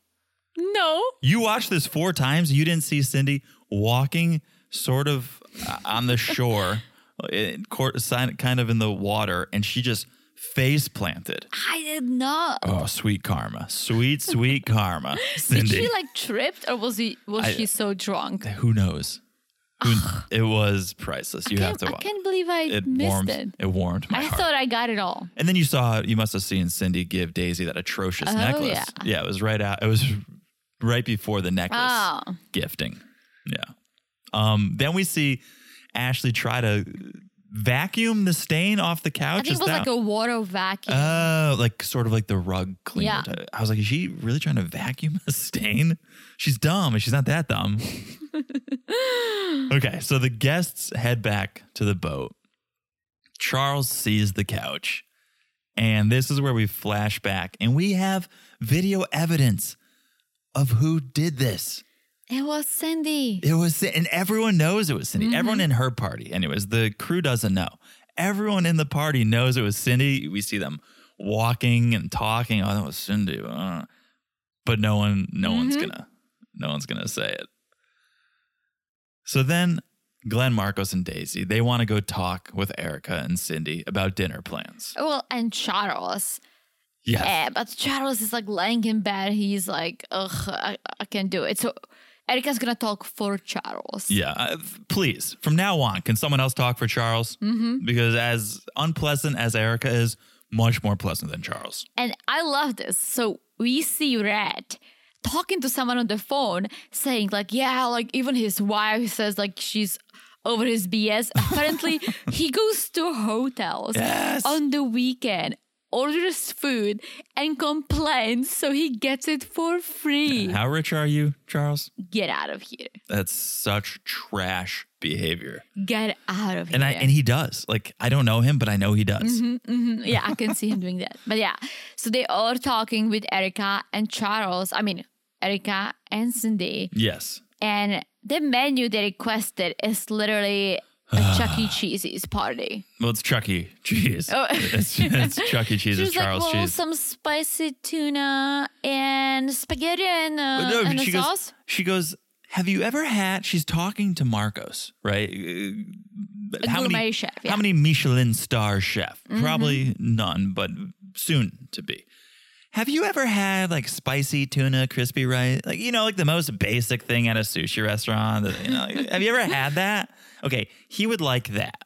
S5: No.
S4: You watched this four times. You didn't see Cindy walking sort of uh, on the shore, in court, sign- kind of in the water, and she just face planted.
S5: I did not.
S4: Oh, sweet karma. Sweet, sweet karma.
S5: Did
S4: Cindy.
S5: she like tripped or was he was
S4: I-
S5: she so drunk?
S4: Who knows? Who, it was priceless. You have
S5: Can't-
S4: to
S5: I
S4: watch.
S5: can't believe I
S4: it
S5: missed
S4: warmed
S5: it.
S4: warmed my
S5: I
S4: heart.
S5: thought I got it all.
S4: and then you saw you must have seen Cindy give Daisy that atrocious
S5: Oh,
S4: necklace.
S5: yeah.
S4: it was right out it was right before the necklace
S5: Oh.
S4: gifting. Yeah. Um then we see Ashley try to vacuum the stain off the couch.
S5: I think
S4: Is
S5: it was
S4: that-
S5: like a water vacuum.
S4: Oh, like sort of like the rug cleaner.
S5: Yeah.
S4: type. I was like, is she really trying to vacuum a stain? She's dumb, and she's not that dumb. okay, so the guests head back to the boat. Charles sees the couch, and this is where we flash back, and we have video evidence of who did this.
S5: it was Cindy.
S4: It was, and everyone knows it was Cindy. Everyone in her party, anyways, the crew doesn't know. Everyone in the party knows it was Cindy. We see them walking and talking. Oh, that was Cindy. Uh, But no one, no one's gonna, no one's gonna say it. So then, Glenn Marcos and Daisy they want to go talk with Erica and Cindy about dinner plans.
S5: well, and Charles.
S4: Yes.
S5: Yeah, Eh, but Charles is like laying in bed. He's like, ugh, I, I can't do it. So Erica's gonna talk for Charles.
S4: Yeah, uh, f- please. From now on, can someone else talk for Charles? Mm-hmm. Because as unpleasant as Erica is, much more pleasant than Charles.
S5: And I love this. So we see Red talking to someone on the phone saying, like, yeah, like even his wife says like she's over his BS. Apparently, he goes to hotels
S4: Yes.
S5: on the weekend, orders food, and complains so he gets it for free.
S4: How rich are you, Charles?
S5: Get out of here.
S4: That's such trash behavior.
S5: Get out of
S4: And
S5: here.
S4: I and he does. Like I don't know him, but I know he does.
S5: Mm-hmm. yeah, I can see him doing that. But yeah, so they are talking with Erica and Charles. I mean, Erica and Cindy.
S4: Yes.
S5: And the menu they requested is literally a Chuck E. Cheese's party.
S4: Well, it's Chuck E. Cheese.
S5: Oh.
S4: It's, it's Chuck E. Cheese.
S5: She
S4: It's
S5: was like,
S4: Charles
S5: well,
S4: Cheese.
S5: some spicy tuna and spaghetti and, uh,
S4: But no,
S5: and a
S4: she goes.
S5: sauce.
S4: She goes. Have you ever had? She's talking to Marcos, right? Uh,
S5: A gourmet chef,
S4: How
S5: yeah. Mm-hmm.
S4: many Michelin star chef? Probably none, but soon to be. Have you ever had like spicy tuna crispy rice? Like you know, like the most basic thing at a sushi restaurant. that, You know, like, have you ever had that? Okay, he would like that.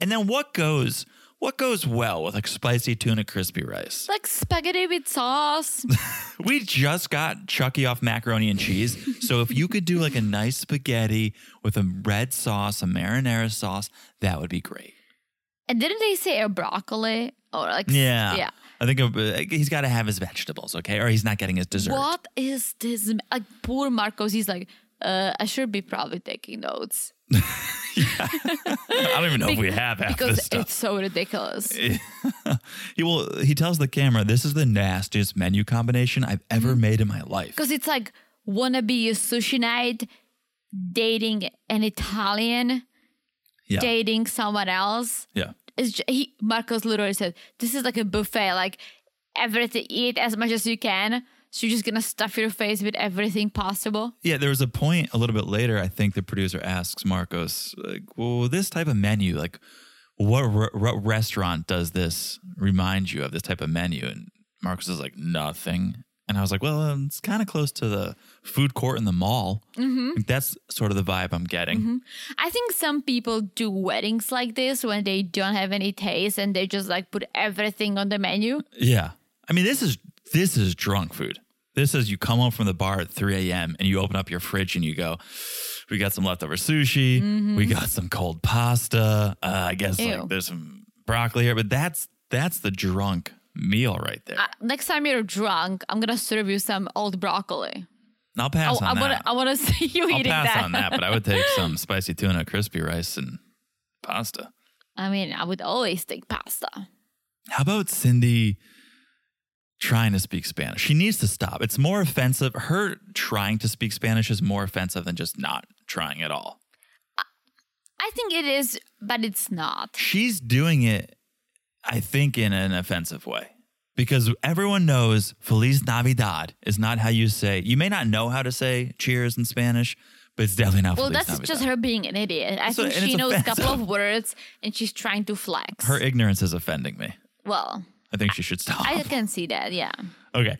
S4: And then what goes? What goes well with like spicy tuna crispy rice?
S5: Like spaghetti with sauce.
S4: We just got Chucky off macaroni and cheese. So if you could do like a nice spaghetti with a red sauce, a marinara sauce, that would be great.
S5: and didn't they say a broccoli? Or like,
S4: Yeah.
S5: Yeah.
S4: I think uh, he's got to have his vegetables, okay? Or he's not getting his dessert.
S5: What is this? Like, poor Marcos, he's like, uh, I should be probably taking notes.
S4: I don't even know if we have half
S5: because
S4: this stuff.
S5: it's so ridiculous.
S4: He will. He tells the camera, "This is the nastiest menu combination I've ever made in my life."
S5: Mm-hmm. Because it's like wanna be a sushi night, dating an Italian,
S4: Yeah.
S5: dating someone else.
S4: Yeah.
S5: It's ju- he, Marcos literally said, "This is like a buffet. Like everything, eat as much as you can. So you're just gonna stuff your face with everything possible."
S4: Yeah, there was a point a little bit later. I think the producer asks Marcos, like, "Well, this type of menu, like, what re- what restaurant does this remind you of? This type of menu?" And Marcos is like, "Nothing." And I was like, well, um, it's kind of close to the food court in the mall. Like, That's sort of the vibe I'm getting.
S5: I think some people do weddings like this when they don't have any taste and they just like put everything on the menu.
S4: Yeah. I mean, this is this is drunk food. This is you come home from the bar at 3 a.m. and you open up your fridge and you go, we got some leftover sushi, we got some cold pasta. Uh, I guess
S5: Mm-hmm. Ew.
S4: like there's some broccoli here, but that's that's the drunk meal right there.
S5: Uh, Next time you're drunk, I'm gonna serve you some old broccoli.
S4: And I'll pass
S5: oh, I
S4: on
S5: wanna,
S4: that.
S5: I wanna see you
S4: I'll
S5: eating
S4: pass
S5: that.
S4: on that, but I would take some spicy tuna, crispy rice, and pasta.
S5: I mean, I would always take pasta.
S4: How about Cindy trying to speak Spanish? She needs to stop. It's more offensive. Her trying to speak Spanish is more offensive than just not trying at all.
S5: I think it is, but it's not.
S4: She's doing it, I think, in an offensive way because everyone knows Feliz Navidad is not how you say, you may not know how to say cheers in Spanish, but it's definitely not
S5: Well,
S4: Feliz
S5: that's
S4: Navidad.
S5: just her being an idiot. I
S4: So-
S5: think
S4: and
S5: she
S4: it's
S5: knows a couple
S4: offensive.
S5: of words and she's trying to flex.
S4: her ignorance is offending me.
S5: well,
S4: I think she should stop.
S5: I can see that, yeah.
S4: Okay.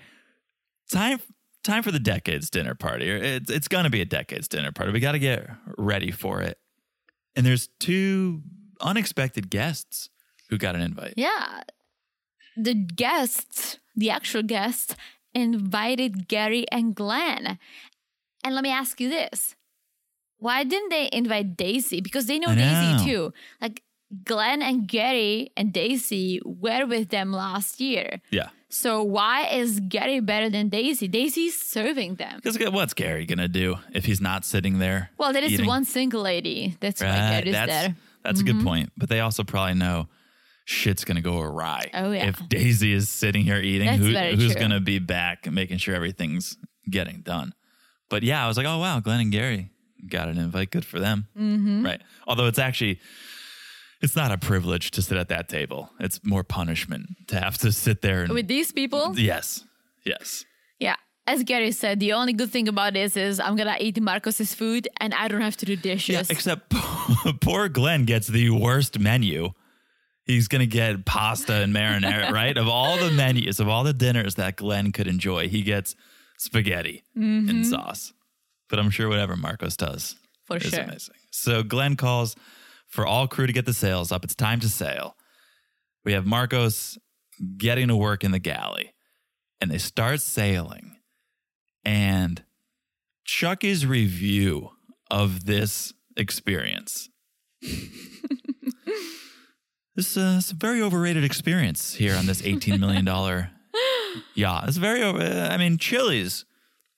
S4: Time time for the decades dinner party. Or It's it's gonna be a decades dinner party. We gotta get ready for it. And there's two unexpected guests who got an invite.
S5: Yeah. The guests, the actual guests, invited Gary and Glenn. And let me ask you this why didn't they invite Daisy? Because they know,
S4: I know.
S5: Daisy too. Like Glenn and Gary and Daisy were with them last year.
S4: Yeah.
S5: So why is Gary better than Daisy? Daisy's serving them.
S4: Because what's Gary gonna do if he's not sitting there?
S5: Well, there is
S4: eating?
S5: one single lady. That's why
S4: Right,
S5: Gary's
S4: that's
S5: there. Mm-hmm.
S4: that's a good point. But they also probably know shit's gonna go awry.
S5: Oh, yeah.
S4: If Daisy is sitting here eating,
S5: That's
S4: who,
S5: very
S4: who's
S5: true.
S4: gonna be back and making sure everything's getting done? But yeah, I was like, oh wow, Glenn and Gary got an invite. Good for them.
S5: Mm-hmm.
S4: Right. Although it's actually it's not a privilege to sit at that table. It's more punishment to have to sit there and
S5: With these people?
S4: Yes. Yes.
S5: Yeah. As Gary said, the only good thing about this is I'm gonna eat Marcos's food and I don't have to do dishes.
S4: Yeah, except poor Glenn gets the worst menu. He's going to get pasta and marinara, right? Of all the menus, of all the dinners that Glenn could enjoy, he gets spaghetti and sauce. But I'm sure whatever Marcos does
S5: Mm-hmm. For
S4: is
S5: sure.
S4: amazing. So Glenn calls for all crew to get the sails up. It's time to sail. We have Marcos getting to work in the galley, and they start sailing. And Chucky's review of this experience. this uh, it's a very overrated experience here on this $18 million yacht. It's very over. I mean, Chili's.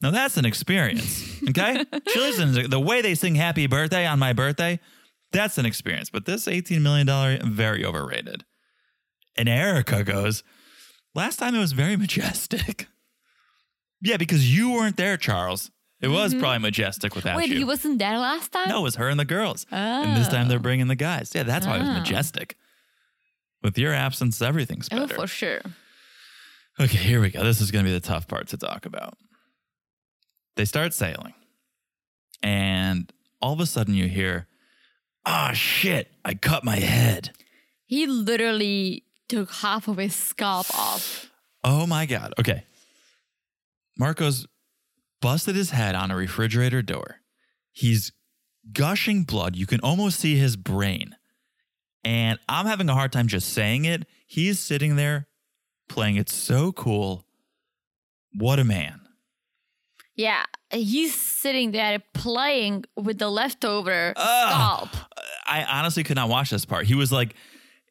S4: Now that's an experience, okay? Chili's, is- the way they sing happy birthday on my birthday, that's an experience. But this $18 million, very overrated. And Erica goes, last time it was very majestic. yeah, because you weren't there, Charles. It was probably majestic without
S5: Mm-hmm. Wait,
S4: you.
S5: he wasn't there last time?
S4: No, it was her and the girls. And this time they're bringing the guys. Yeah, that's why it was
S5: Oh.
S4: majestic. With your absence, everything's
S5: Oh,
S4: better.
S5: for sure.
S4: Okay, here we go. This is going to be the tough part to talk about. They start sailing, and all of a sudden you hear, "Ah, shit! I cut my head."
S5: He literally took half of his scalp off.
S4: Oh my god. Okay. Marcos busted his head on a refrigerator door. He's gushing blood. You can almost see his brain. And I'm having a hard time just saying it. He's sitting there playing it so cool. What a man.
S5: Yeah, he's sitting there playing with the leftover
S4: Ugh.
S5: scalp.
S4: I honestly could not watch this part. He was like,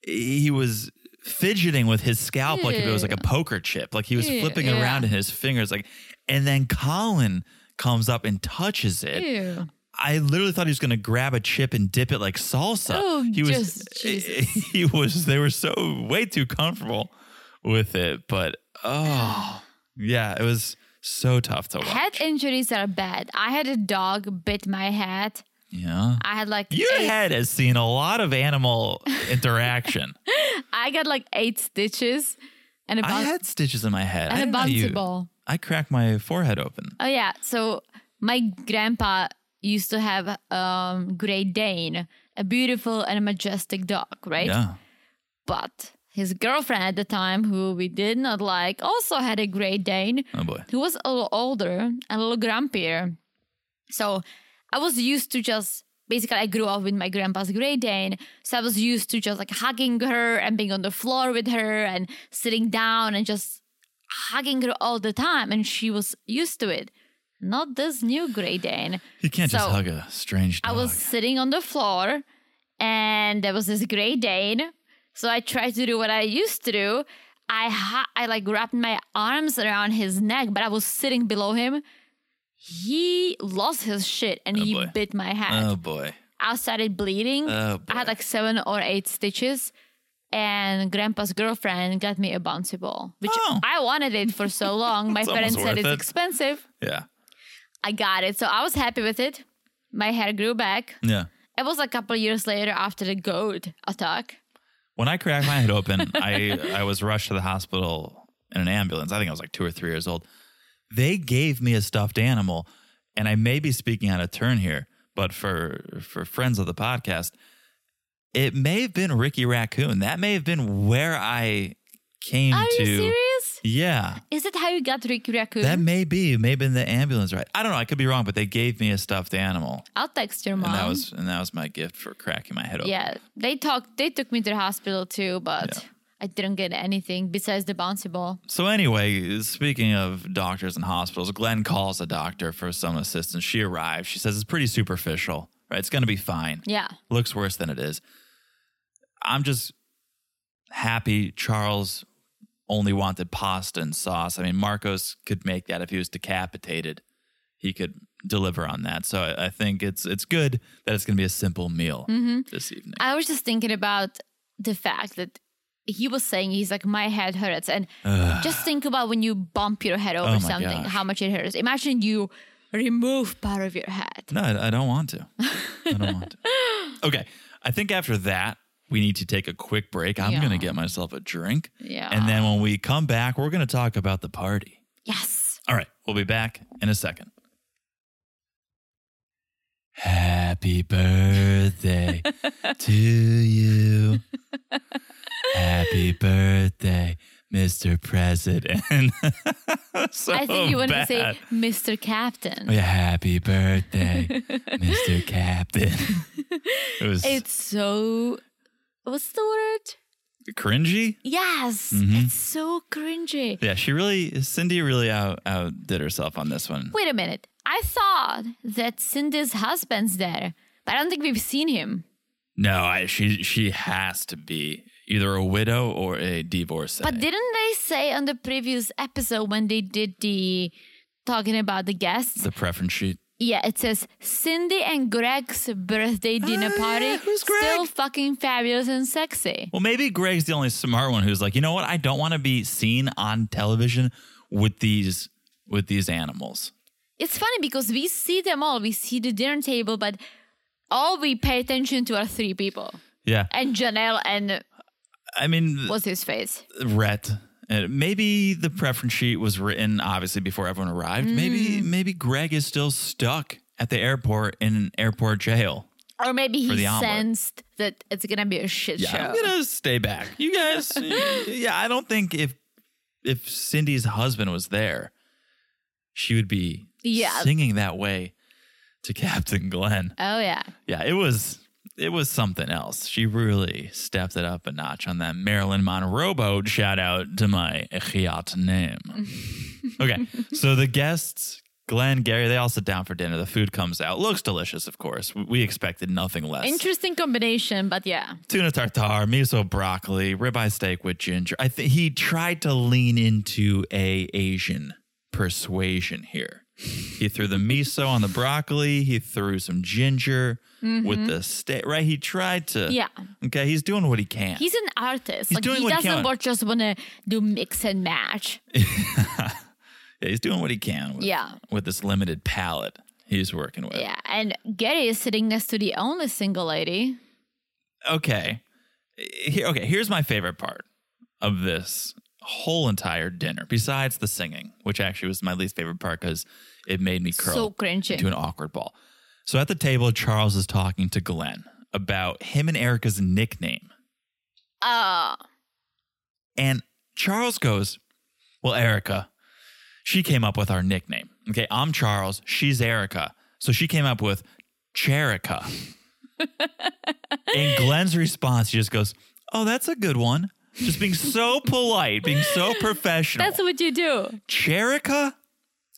S4: he was fidgeting with his scalp like if it was like a poker chip. Like he was
S5: Ew,
S4: flipping it
S5: yeah.
S4: around in his fingers. Like, and then Colin comes up and touches it.
S5: Ew.
S4: I literally thought he was going to grab a chip and dip it like salsa.
S5: Oh,
S4: he was,
S5: just- Jesus.
S4: he was. They were so way too comfortable with it. But oh, yeah, it was so tough to watch.
S5: Head injuries are bad. I had a dog bit my head.
S4: Yeah,
S5: I had like
S4: your
S5: eight-
S4: head has seen a lot of animal interaction.
S5: I got like eight stitches and a
S4: I
S5: bun-
S4: had stitches in my head. I
S5: and a
S4: didn't know
S5: bouncy
S4: you-
S5: ball.
S4: I cracked my forehead open.
S5: Oh yeah. So my grandpa used to have um Great Dane, a beautiful and majestic dog, right?
S4: Yeah.
S5: But his girlfriend at the time, who we did not like, also had a Great Dane
S4: Oh boy.
S5: who was a little older and a little grumpier. So I was used to just basically I grew up with my grandpa's Great Dane, so I was used to just like hugging her and being on the floor with her and sitting down and just hugging her all the time, and she was used to it. Not this new Great Dane.
S4: You can't just
S5: So,
S4: hug a strange dog.
S5: I was sitting on the floor and there was this gray Dane. So I tried to do what I used to do. I ha- I like wrapped my arms around his neck, but I was sitting below him. He lost his shit and
S4: Oh,
S5: he
S4: boy.
S5: bit my hand.
S4: Oh boy.
S5: I started bleeding.
S4: Oh,
S5: I had
S4: boy.
S5: like seven or eight stitches. And grandpa's girlfriend got me a bouncy ball, which
S4: Oh.
S5: I wanted it for so long. My
S4: It's
S5: parents
S4: almost
S5: said
S4: worth
S5: it's
S4: it.
S5: expensive.
S4: Yeah.
S5: I got it. So I was happy with it. My hair grew back.
S4: Yeah.
S5: It was a couple years later after the goat attack.
S4: When I cracked my head open, I I was rushed to the hospital in an ambulance. I think I was like two or three years old. They gave me a stuffed animal, and I may be speaking out of turn here, but for for friends of the podcast, it may have been Ricky Raccoon. That may have been where I came
S5: Are
S4: to.
S5: you serious?
S4: Yeah,
S5: Is it how you got Ricky Raccoon?
S4: that may be. Maybe in the ambulance ride. I don't know. I could be wrong, but they gave me a stuffed animal,
S5: I'll text your mom.
S4: and that was and that was my gift for cracking my head open.
S5: yeah, they talked. They took me to the hospital too, but
S4: Yeah.
S5: I didn't get anything besides the bouncy ball.
S4: So anyway, speaking of doctors and hospitals, Glenn calls a doctor for some assistance. She arrives. She says it's pretty superficial, right? It's going to be fine.
S5: Yeah,
S4: Looks worse than it is. I'm just happy Charles only wanted pasta and sauce. I mean, Marcos could make that if he was decapitated. He could deliver on that. So I, I think it's it's good that it's going to be a simple meal this evening.
S5: Mm-hmm. I was just thinking about the fact that he was saying he's like my head hurts, and just think about when you bump your head over
S4: Oh my
S5: something,
S4: gosh.
S5: how much it hurts. Imagine you remove part of your head.
S4: No, I, I don't want to. I don't want to. Okay. I think after that, we need to take a quick break. I'm
S5: Yeah.
S4: going to get myself a drink.
S5: Yeah.
S4: And then when we come back, we're going to talk about the party.
S5: Yes.
S4: All right. We'll be back in a second. Happy birthday to you. Happy birthday, Mr. President. So
S5: I think you wanted to
S4: bad.
S5: say Mr. Captain.
S4: Oh, yeah, happy birthday, Mr. Captain. it was
S5: It's so. What's the word?
S4: cringy.
S5: Yes.
S4: Mm-hmm.
S5: It's so cringy.
S4: Yeah, she really, Cindy really out outdid herself on this one.
S5: Wait a minute. I thought that Cindy's husband's there, but I don't think we've seen him.
S4: No, I, she she has to be either a widow or a divorcee.
S5: But didn't they say on the previous episode when they did the talking about the guests?
S4: the preference sheet.
S5: Yeah, it says Cindy and Greg's birthday dinner
S4: Ah,
S5: party.
S4: yeah, who's
S5: Still
S4: Greg?
S5: fucking fabulous and sexy.
S4: Well, maybe Greg's the only smart one who's like, you know what? I don't want to be seen on television with these with these animals.
S5: It's funny because we see them all. We see the dinner table, but all we pay attention to are three people.
S4: Yeah,
S5: and Janelle and
S4: I mean,
S5: what's his face?
S4: Rhett. And maybe the preference sheet was written obviously before everyone arrived. Maybe maybe Greg is still stuck at the airport in an airport jail.
S5: Or maybe
S4: For
S5: he
S4: the omelet.
S5: sensed that it's gonna be a shit
S4: Yeah, I'm
S5: show.
S4: gonna stay back. You guys, yeah, I don't think if if Cindy's husband was there, she would be
S5: Yeah.
S4: singing that way to Captain Glenn.
S5: Oh yeah.
S4: Yeah, it was it was something else. She really stepped it up a notch on that Marilyn Monroe boat. Shout out to my Echiat name. okay, so the guests, Glenn, Gary, they all sit down for dinner. The food comes out, looks delicious, of course. We- We expected nothing less.
S5: Interesting combination, but yeah.
S4: Tuna tartare, miso broccoli, ribeye steak with ginger. I think he tried to lean into a Asian persuasion here. He threw the miso on the broccoli. He threw some ginger with the steak. Right? He tried to.
S5: Mm-hmm. Yeah.
S4: Okay. He's doing what he can.
S5: He's an artist.
S4: He's
S5: like
S4: doing
S5: he
S4: what he
S5: doesn't
S4: can.
S5: wa- just wanna do mix and match.
S4: yeah, he's doing what he can. With,
S5: Yeah.
S4: With this limited palate he's working with.
S5: Yeah. And Gary is sitting next to the only single lady.
S4: okay. Here, okay, here's my favorite part of this whole entire dinner, besides the singing, which actually was my least favorite part because it made me curl
S5: So cringy.
S4: into an awkward ball. So at the table, Charles is talking to Glenn about him and Erica's nickname.
S5: Uh
S4: And Charles goes, Well, Erica, she came up with our nickname. Okay, I'm Charles, she's Erica. So she came up with Cherica. and Glenn's response, she just goes, Oh, that's a good one. Just being so polite, being so professional.
S5: That's what you do.
S4: Cherica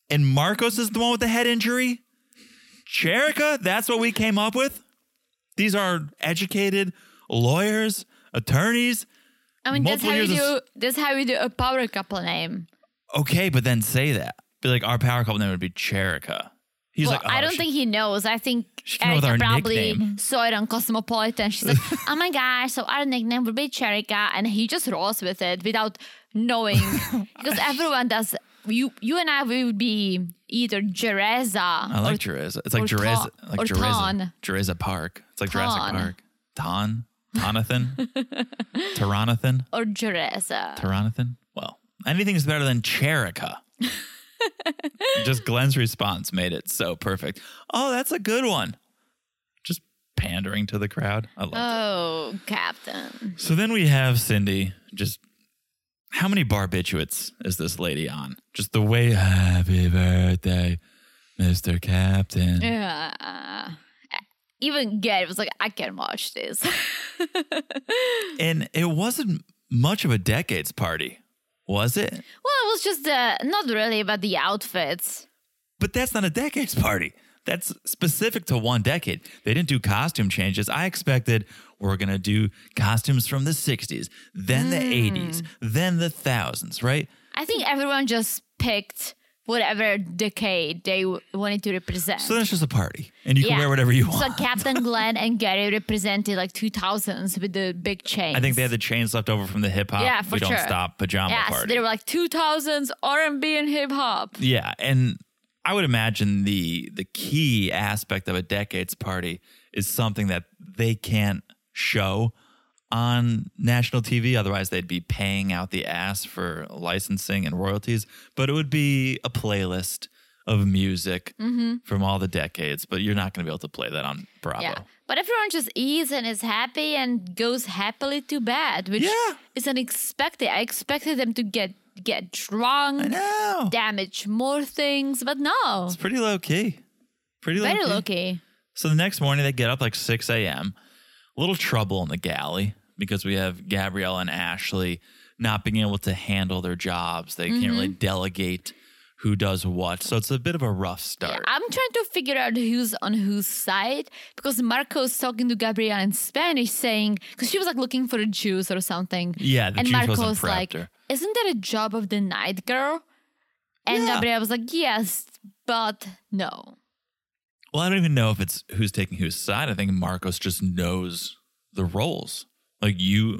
S4: and Marcos is the one with the head injury. Cherica, that's what we came up with. These are educated lawyers, attorneys.
S5: I mean, that's
S4: Multiple
S5: how you
S4: years
S5: do.
S4: of-
S5: That's how you do a power couple name.
S4: Okay, but then say that. Be like, our power couple name would be Cherica. He's
S5: well,
S4: like, oh,
S5: I don't
S4: sh-
S5: think he knows. I think
S4: She came up with
S5: Erica
S4: our
S5: probably
S4: nickname.
S5: saw it on Cosmopolitan. She's like, "Oh my gosh!" So our nickname would be Cherica, and he just rolls with it without knowing, because everyone does. You, you and I, we would be either Jereza.
S4: I like
S5: or,
S4: Jereza. It's like
S5: or
S4: Jereza.
S5: Ta-
S4: Like
S5: or
S4: Jereza.
S5: Ton.
S4: Jereza Park. It's like Jurassic
S5: Ton.
S4: Park. Ton? Tonathan? Pteranathan?
S5: or Jereza.
S4: Pteranathan? Well, anything is better than Cherica. Just Glenn's response made it so perfect. Oh, that's a good one. Just pandering to the crowd. I love it.
S5: Oh, Captain.
S4: So then we have Cindy. Just how many barbiturates is this lady on? Just the way happy birthday, Mr. Captain.
S5: Yeah. Uh, Even Gary was like, I can't watch this.
S4: And it wasn't much of a decades party, was it?
S5: Well, it was just the not really, but the outfits.
S4: But that's not a decades party. That's specific to one decade. They didn't do costume changes. I expected we're going to do costumes from the 60s, then
S5: Hmm.
S4: the 80s, then the thousands, right?
S5: I think everyone just picked whatever decade they w- wanted to represent.
S4: So that's just a party and you can wear whatever you want.
S5: So Captain Glenn and Gary represented like 2000s with the big chains.
S4: I think they had the chains left over from the hip hop.
S5: Yeah, for
S4: we don't
S5: sure.
S4: stop pajama
S5: yeah, so
S4: party.
S5: they were like 2000s R&B and hip hop.
S4: Yeah, and I would imagine the the key aspect of a decades party is something that they can't show on national TV otherwise they'd be paying out the ass for licensing and royalties, but it would be a playlist of music
S5: Mm-hmm.
S4: from all the decades, but you're not going to be able to play that on Bravo.
S5: Yeah. But everyone just eats and is happy and goes happily to bed, which
S4: Yeah.
S5: is unexpected. I expected them to get get drunk,
S4: I know.
S5: damage more things, but no.
S4: It's pretty low key. Pretty low
S5: Very
S4: key.
S5: low key.
S4: So the next morning, they get up like 6 a.m. A little trouble in the galley because we have Gabrielle and Ashley not being able to handle their jobs. They can't
S5: Mm-hmm.
S4: really delegate who does what. So it's a bit of a rough start.
S5: I'm trying to figure out who's on whose side because Marco's talking to Gabriela in Spanish, saying because she was like looking for a juice or something.
S4: Yeah, the
S5: and
S4: juice wasn't
S5: Marco's like,
S4: prepped or-
S5: "Isn't that a job of the night girl?" And
S4: Yeah.
S5: Gabriela was like, "Yes, but no."
S4: well, I don't even know if it's who's taking whose side. I think Marcos just knows the roles. Like, you,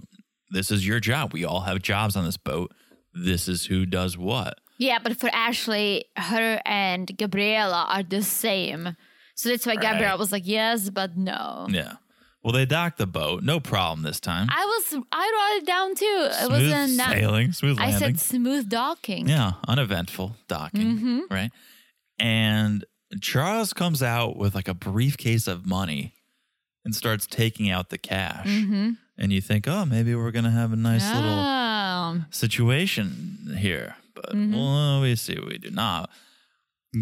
S4: this is your job. We all have jobs on this boat. This is who does what.
S5: Yeah, but for Ashley, her and Gabriela are the same, so that's why Gabriela
S4: Right.
S5: was like, "Yes, but no."
S4: Yeah. Well, they dock the boat. No problem this time.
S5: I was I wrote it down too. It
S4: smooth
S5: wasn't. that-
S4: sailing, smooth
S5: I
S4: landing.
S5: said smooth docking.
S4: Yeah, uneventful docking, right? And Charles comes out with like a briefcase of money and starts taking out the cash. And you think, oh, maybe we're going to have a nice little
S5: Um,
S4: situation here. But well, we see we do not.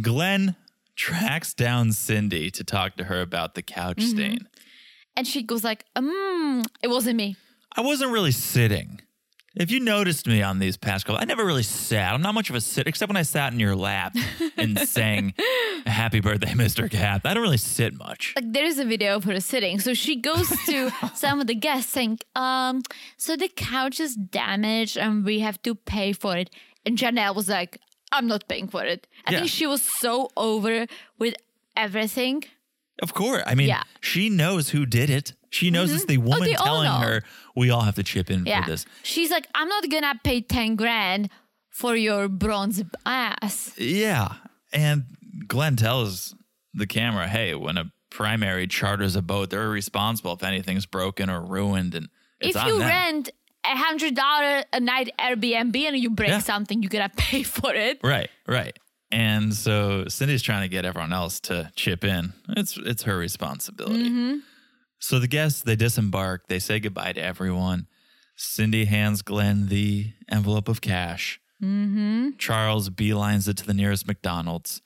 S4: Glenn tracks down Cindy to talk to her about the couch stain.
S5: And she goes like, mm, it wasn't me.
S4: I wasn't really sitting. If you noticed me on these past couple, I never really sat. I'm not much of a sit, except when I sat in your lap and sang "Happy Birthday, Mr. Cap." I don't really sit much.
S5: Like there is a video of her sitting. So she goes to some of the guests saying, um, so the couch is damaged and we have to pay for it. And Janelle was like, I'm not paying for it. I
S4: Yeah.
S5: think she was so over with everything.
S4: Of course, I mean,
S5: Yeah. Mm-hmm. Oh,
S4: she knows who did it. She knows it's the woman
S5: they all
S4: telling
S5: know.
S4: her we all have to chip in
S5: Yeah.
S4: for this.
S5: She's like, I'm not gonna pay 10 grand for your bronze ass.
S4: Yeah, and Glenn tells the camera, "Hey, when a primary charters a boat, they're responsible if anything's broken or ruined, and it's
S5: if
S4: on
S5: you
S4: them."
S5: rent a hundred dollar a night Airbnb and you break
S4: Yeah.
S5: something, you gotta pay for it.
S4: Right, right. And so Cindy's trying to get everyone else to chip in. It's it's her responsibility. So the guests they disembark, they say goodbye to everyone. Cindy hands Glenn the envelope of cash. Mm-hmm. Charles beelines it to the nearest McDonald's.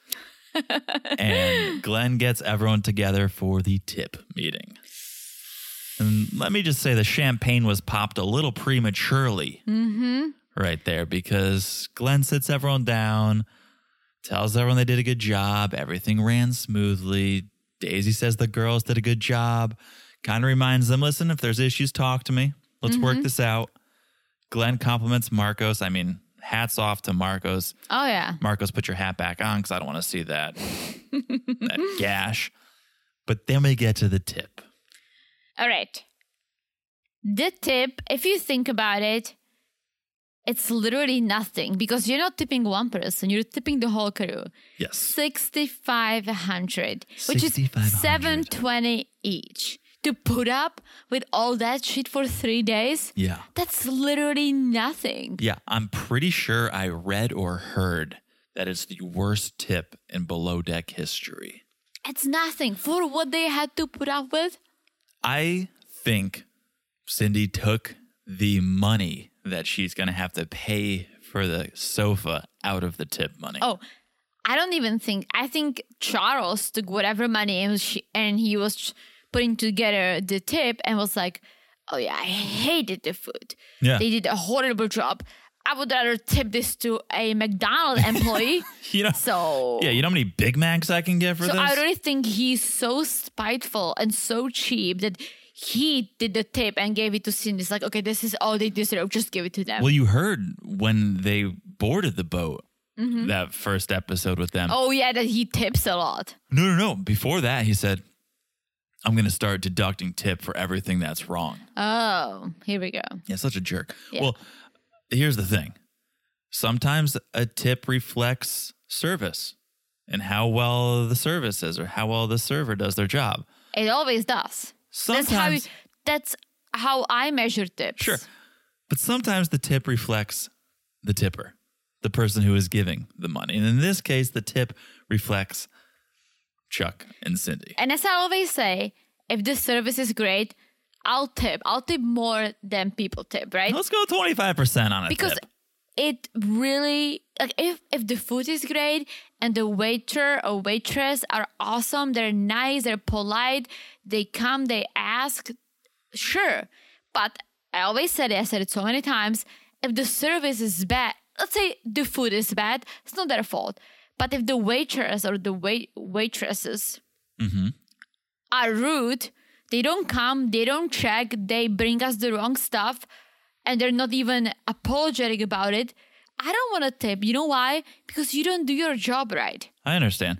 S4: and Glenn gets everyone together for the tip meeting. And let me just say the champagne was popped a little prematurely right there because Glenn sits everyone down, tells everyone they did a good job, everything ran smoothly. Daisy says the girls did a good job, kind of reminds them listen, if there's issues, talk to me. Let's work this out. Glenn compliments Marcos. I mean, hats off to Marcos.
S5: Oh yeah.
S4: Marcos, put your hat back on because I don't want to see that, that gash. But then we get to the tip.
S5: All right. The tip, if you think about it, it's literally nothing because you're not tipping one person, you're tipping the whole crew.
S4: Yes.
S5: 6,500, which is
S4: 6,500.
S5: 720 each. To put up with all that shit for three days,
S4: Yeah.
S5: that's literally nothing.
S4: Yeah, I'm pretty sure I read or heard that it's the worst tip in below deck history.
S5: It's nothing for what they had to put up with.
S4: I think Cindy took the money that she's going to have to pay for the sofa out of the tip money.
S5: Oh, I don't even think. I think Charles took whatever money and, she, and he was ch- putting together the tip and was like, "Oh yeah, I hated the food.
S4: Yeah.
S5: They did a horrible job. I would rather tip this to a McDonald's employee."
S4: you know,
S5: so
S4: yeah, you know how many Big Macs I can get for
S5: so
S4: this?
S5: I really think he's so spiteful and so cheap that he did the tip and gave it to Cindy. It's like, okay, this is all they deserve. Just give it to them.
S4: well, you heard when they boarded the boat that first episode with them.
S5: Mm-hmm. oh yeah, that he tips a lot.
S4: No, no, no. Before that, he said, I'm going to start deducting tip for everything that's wrong.
S5: Oh, here we go.
S4: Yeah, such a jerk.
S5: Yeah.
S4: Well, here's the thing. Sometimes a tip reflects service and how well the service is or how well the server does their job.
S5: It always does.
S4: Sometimes,
S5: That's how that's how I measure tips.
S4: sure. But sometimes the tip reflects the tipper, the person who is giving the money. And in this case, the tip reflects Chuck and Cindy.
S5: And as I always say, if the service is great, I'll tip. I'll tip more than people tip, right?
S4: Let's go 25% on a
S5: because
S4: tip.
S5: it really like if if the food is great and the waiter or waitress are awesome, they're nice, they're polite, they come, they ask, sure. But I always said it, I said it so many times. If the service is bad, let's say the food is bad, it's not their fault. But if the waitress or the wait waitresses are rude, they don't come, they don't check, they bring us the wrong stuff, and they're not even apologetic about it. I don't want to tip. You know why? Because you don't do your job right.
S4: I understand.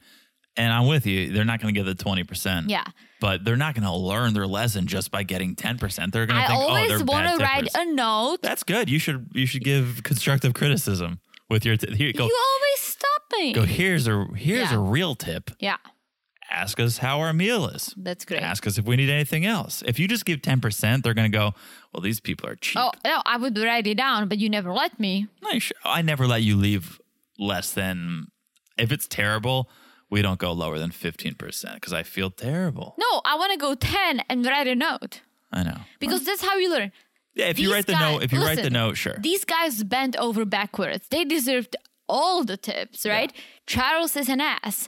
S4: And I'm with you. They're not going to get the 20%.
S5: Yeah.
S4: But they're not going to learn their lesson just by getting 10%. They're going to
S5: I
S4: think, oh,
S5: always
S4: they're
S5: want
S4: bad
S5: to write
S4: tippers.
S5: a note.
S4: That's good. You should you should give constructive criticism with your t- here go.
S5: You always stop me.
S4: go here's a here's
S5: Yeah.
S4: a real tip.
S5: Yeah,
S4: Ask us how our meal is.
S5: that's great.
S4: Ask us if we need anything else. If you just give 10%, they're going to go, "Well, these people are cheap."
S5: Oh, no, I would write it down, but you never let me.
S4: No, you should- I never let you leave less than if it's terrible, we don't go lower than 15% cuz I feel terrible.
S5: No, I want to go 10 and write a note
S4: I know.
S5: because that's how you learn.
S4: Yeah, if you
S5: These
S4: write the
S5: guy-
S4: note, if you write the
S5: listen,
S4: note, sure.
S5: These guys bent over backwards. They deserved all the tips, right? Charles is an ass.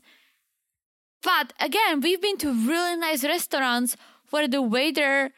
S5: But again, we've been to really nice restaurants where the waiter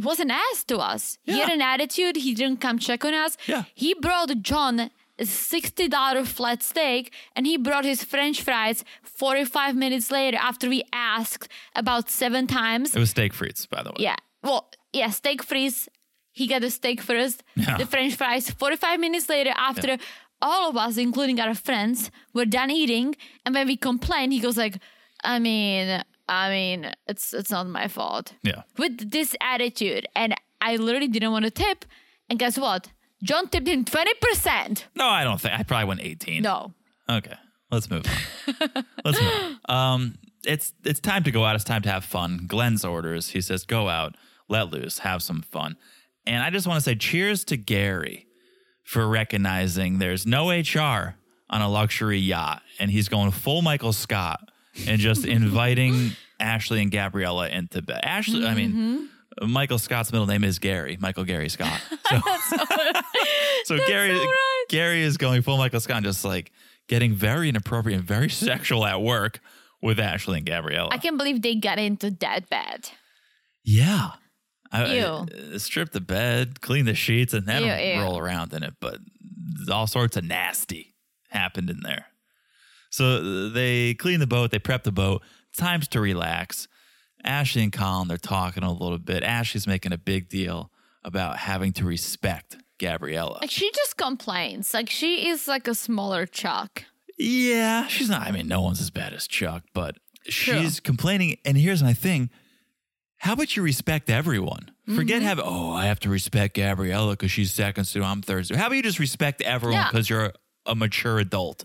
S5: was an ass to us. He had
S4: Yeah.
S5: an attitude. He didn't come check on us.
S4: Yeah.
S5: He brought John a $60 flat steak and he brought his french fries 45 minutes later after we asked about seven times.
S4: it was steak frites, by the way.
S5: Yeah. Well, yeah, steak freeze. He got the steak first,
S4: Yeah.
S5: the french fries. 45 minutes later, after all of us, including our friends, were done eating, and when we complained, he goes like, I mean, I mean, it's it's not my fault.
S4: Yeah.
S5: With this attitude, and I literally didn't want to tip, and guess what? John tipped him 20%.
S4: No, I don't think. I probably went 18.
S5: No.
S4: Okay. Let's move on. Let's move on. Um, it's it's time to go out. It's time to have fun. Glenn's orders. He says, go out, let loose, have some fun. And I just want to say cheers to Gary for recognizing there's no HR on a luxury yacht. And he's going full Michael Scott and just inviting Ashley and Gabriella into bed. Ashley, I mean, Michael Scott's middle name is Gary. Michael Gary Scott. So, so Gary
S5: all right.
S4: Gary is going full Michael Scott, and just like getting very inappropriate and very sexual at work with Ashley and Gabriella.
S5: I can't believe they got into that bad.
S4: yeah. I,
S5: Ew.
S4: I- strip the bed, clean the sheets, and then
S5: Ew, ew.
S4: roll around in it. But all sorts of nasty happened in there. So uh, they clean the boat, they prep the boat. Times to relax. Ashley and Colin, they're talking a little bit. Ashley's making a big deal about having to respect Gabriella.
S5: Like she just complains. Like she is like a smaller Chuck.
S4: Yeah, she's not. I mean, no one's as bad as Chuck, but
S5: True.
S4: she's complaining. And here's my thing: How about you respect everyone? Forget
S5: Mm-hmm.
S4: have oh, I have to respect Gabriella because she's second, so I'm third. So how about you just respect everyone
S5: Yeah.
S4: because you're a mature adult?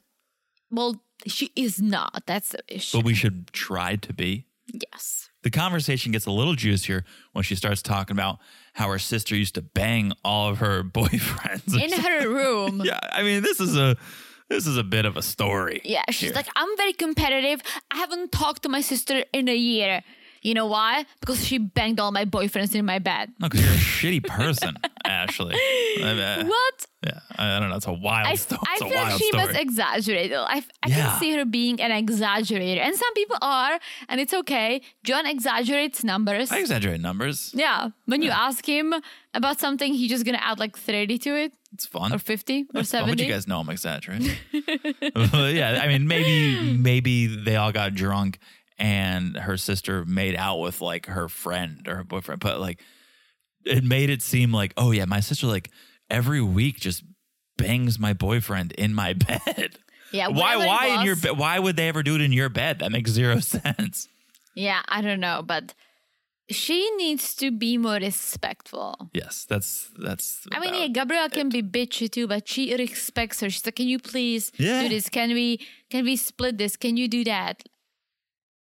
S5: Well, she is not. That's the issue.
S4: But we should try to be.
S5: yes.
S4: The conversation gets a little juicier when she starts talking about how her sister used to bang all of her boyfriends. or
S5: In
S4: something.
S5: her room.
S4: yeah, I mean, this is a this is a bit of a story.
S5: Yeah, she's
S4: here.
S5: like, I'm very competitive. I haven't talked to my sister in a year. You know why? Because she banged all my boyfriends in my bed.
S4: No, because you're a shitty person, Ashley. I mean,
S5: What?
S4: Yeah, I I don't know. It's a wild,
S5: I,
S4: sto-
S5: I
S4: it's a
S5: feel
S4: wild
S5: like she
S4: story.
S5: was exaggerated. I, f- I
S4: Yeah.
S5: can see her being an exaggerator. And some people are, and it's okay. John exaggerates numbers.
S4: I exaggerate numbers.
S5: yeah. When you ask him about something, he's just going to add like 30 to it
S4: It's fun.
S5: or 50 or
S4: It's fun,
S5: 70.
S4: But you guys know I'm exaggerating. yeah, I mean, maybe maybe they all got drunk and her sister made out with like her friend or her boyfriend, but like it made it seem like, oh yeah, my sister like every week just bangs my boyfriend in my bed.
S5: yeah.
S4: why?
S5: whatever it
S4: Why in your
S5: was.
S4: bed? Why would they ever do it in your bed? That makes zero sense.
S5: Yeah, I don't know, but she needs to be more respectful.
S4: Yes, that's that's.
S5: I mean,
S4: about-
S5: yeah, Gabrielle can be bitchy too, but she respects her. She's like, "Can you please
S4: Yeah.
S5: do this? Can we can we split this? Can you do that?"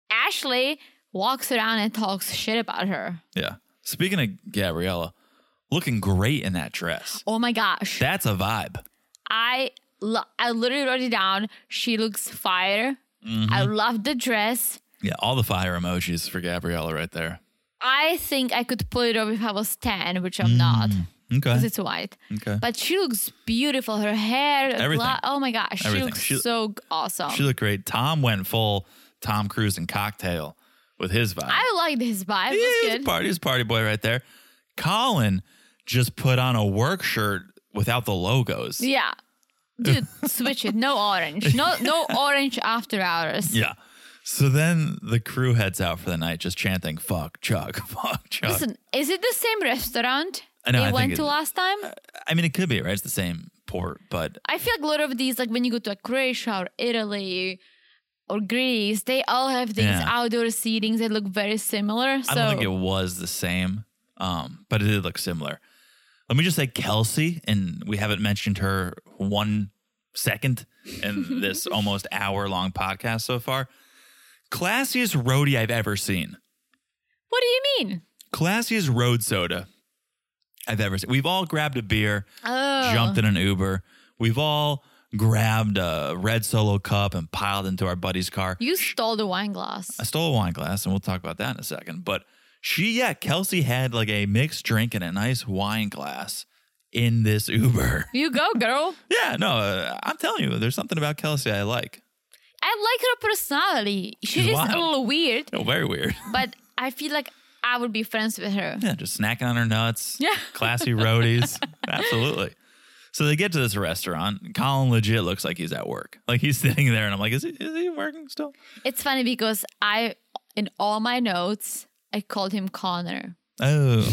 S5: Ashley walks around and talks shit about her.
S4: Yeah. Speaking of Gabriella, looking great in that dress.
S5: Oh my gosh,
S4: That's a vibe.
S5: I lo- I literally wrote it down. She looks fire. I
S4: Mm-hmm.
S5: love the dress.
S4: Yeah, all the fire emojis for Gabriella right there.
S5: I think I could pull it off if I was tan, which
S4: Mm.
S5: I'm not because
S4: Okay.
S5: it's white.
S4: Okay.
S5: But she looks beautiful. Her hair,
S4: Everything.
S5: gla- oh my gosh, she
S4: Everything.
S5: looks
S4: She-
S5: so g- awesome.
S4: She looked great. Tom went full Tom Cruise and cocktail with his vibe.
S5: I liked his vibe. It
S4: yeah,
S5: was
S4: he's
S5: good.
S4: party, he's a party boy right there. Colin just put on a work shirt without the logos.
S5: Yeah. Dude, switch it. No orange. No no orange after hours.
S4: Yeah. So then the crew heads out for the night just chanting, fuck Chuck, fuck Chuck.
S5: Listen, is it the same restaurant
S4: I know,
S5: they
S4: I think
S5: went
S4: it-
S5: to last time?
S4: I mean, it could be, right? It's the same port, but
S5: I feel like a lot of these, like when you go to like Croatia or Italy or Greece, they all have these
S4: Yeah.
S5: outdoor seatings that look very similar. So
S4: I don't think it was the same, um, but it did look similar. Let me just say Kelsey, and we haven't mentioned her one second in this almost hour long podcast so far. Classiest roadie I've ever seen.
S5: what do you mean?
S4: Classiest road soda I've ever seen. We've all grabbed a beer,
S5: Oh,
S4: jumped in an Uber. We've all grabbed a red solo cup and piled into our buddy's car.
S5: you stole the wine glass.
S4: I stole a wine glass, and we'll talk about that in a second. But she, yeah, Kelsey had like a mixed drink and a nice wine glass in this Uber.
S5: You go, girl.
S4: yeah, no, uh, I'm telling you, there's something about Kelsey I like.
S5: I like her personality. She
S4: She's
S5: is
S4: wild.
S5: a little weird,
S4: Oh, very weird.
S5: but I feel like I would be friends with her.
S4: Yeah, just snacking on her nuts.
S5: Yeah.
S4: Classy roadies. Absolutely. So they get to this restaurant. Colin legit looks like he's at work. Like he's sitting there, and I'm like, is he, is he working still?
S5: It's funny because I, in all my notes, I called him Connor.
S4: Oh.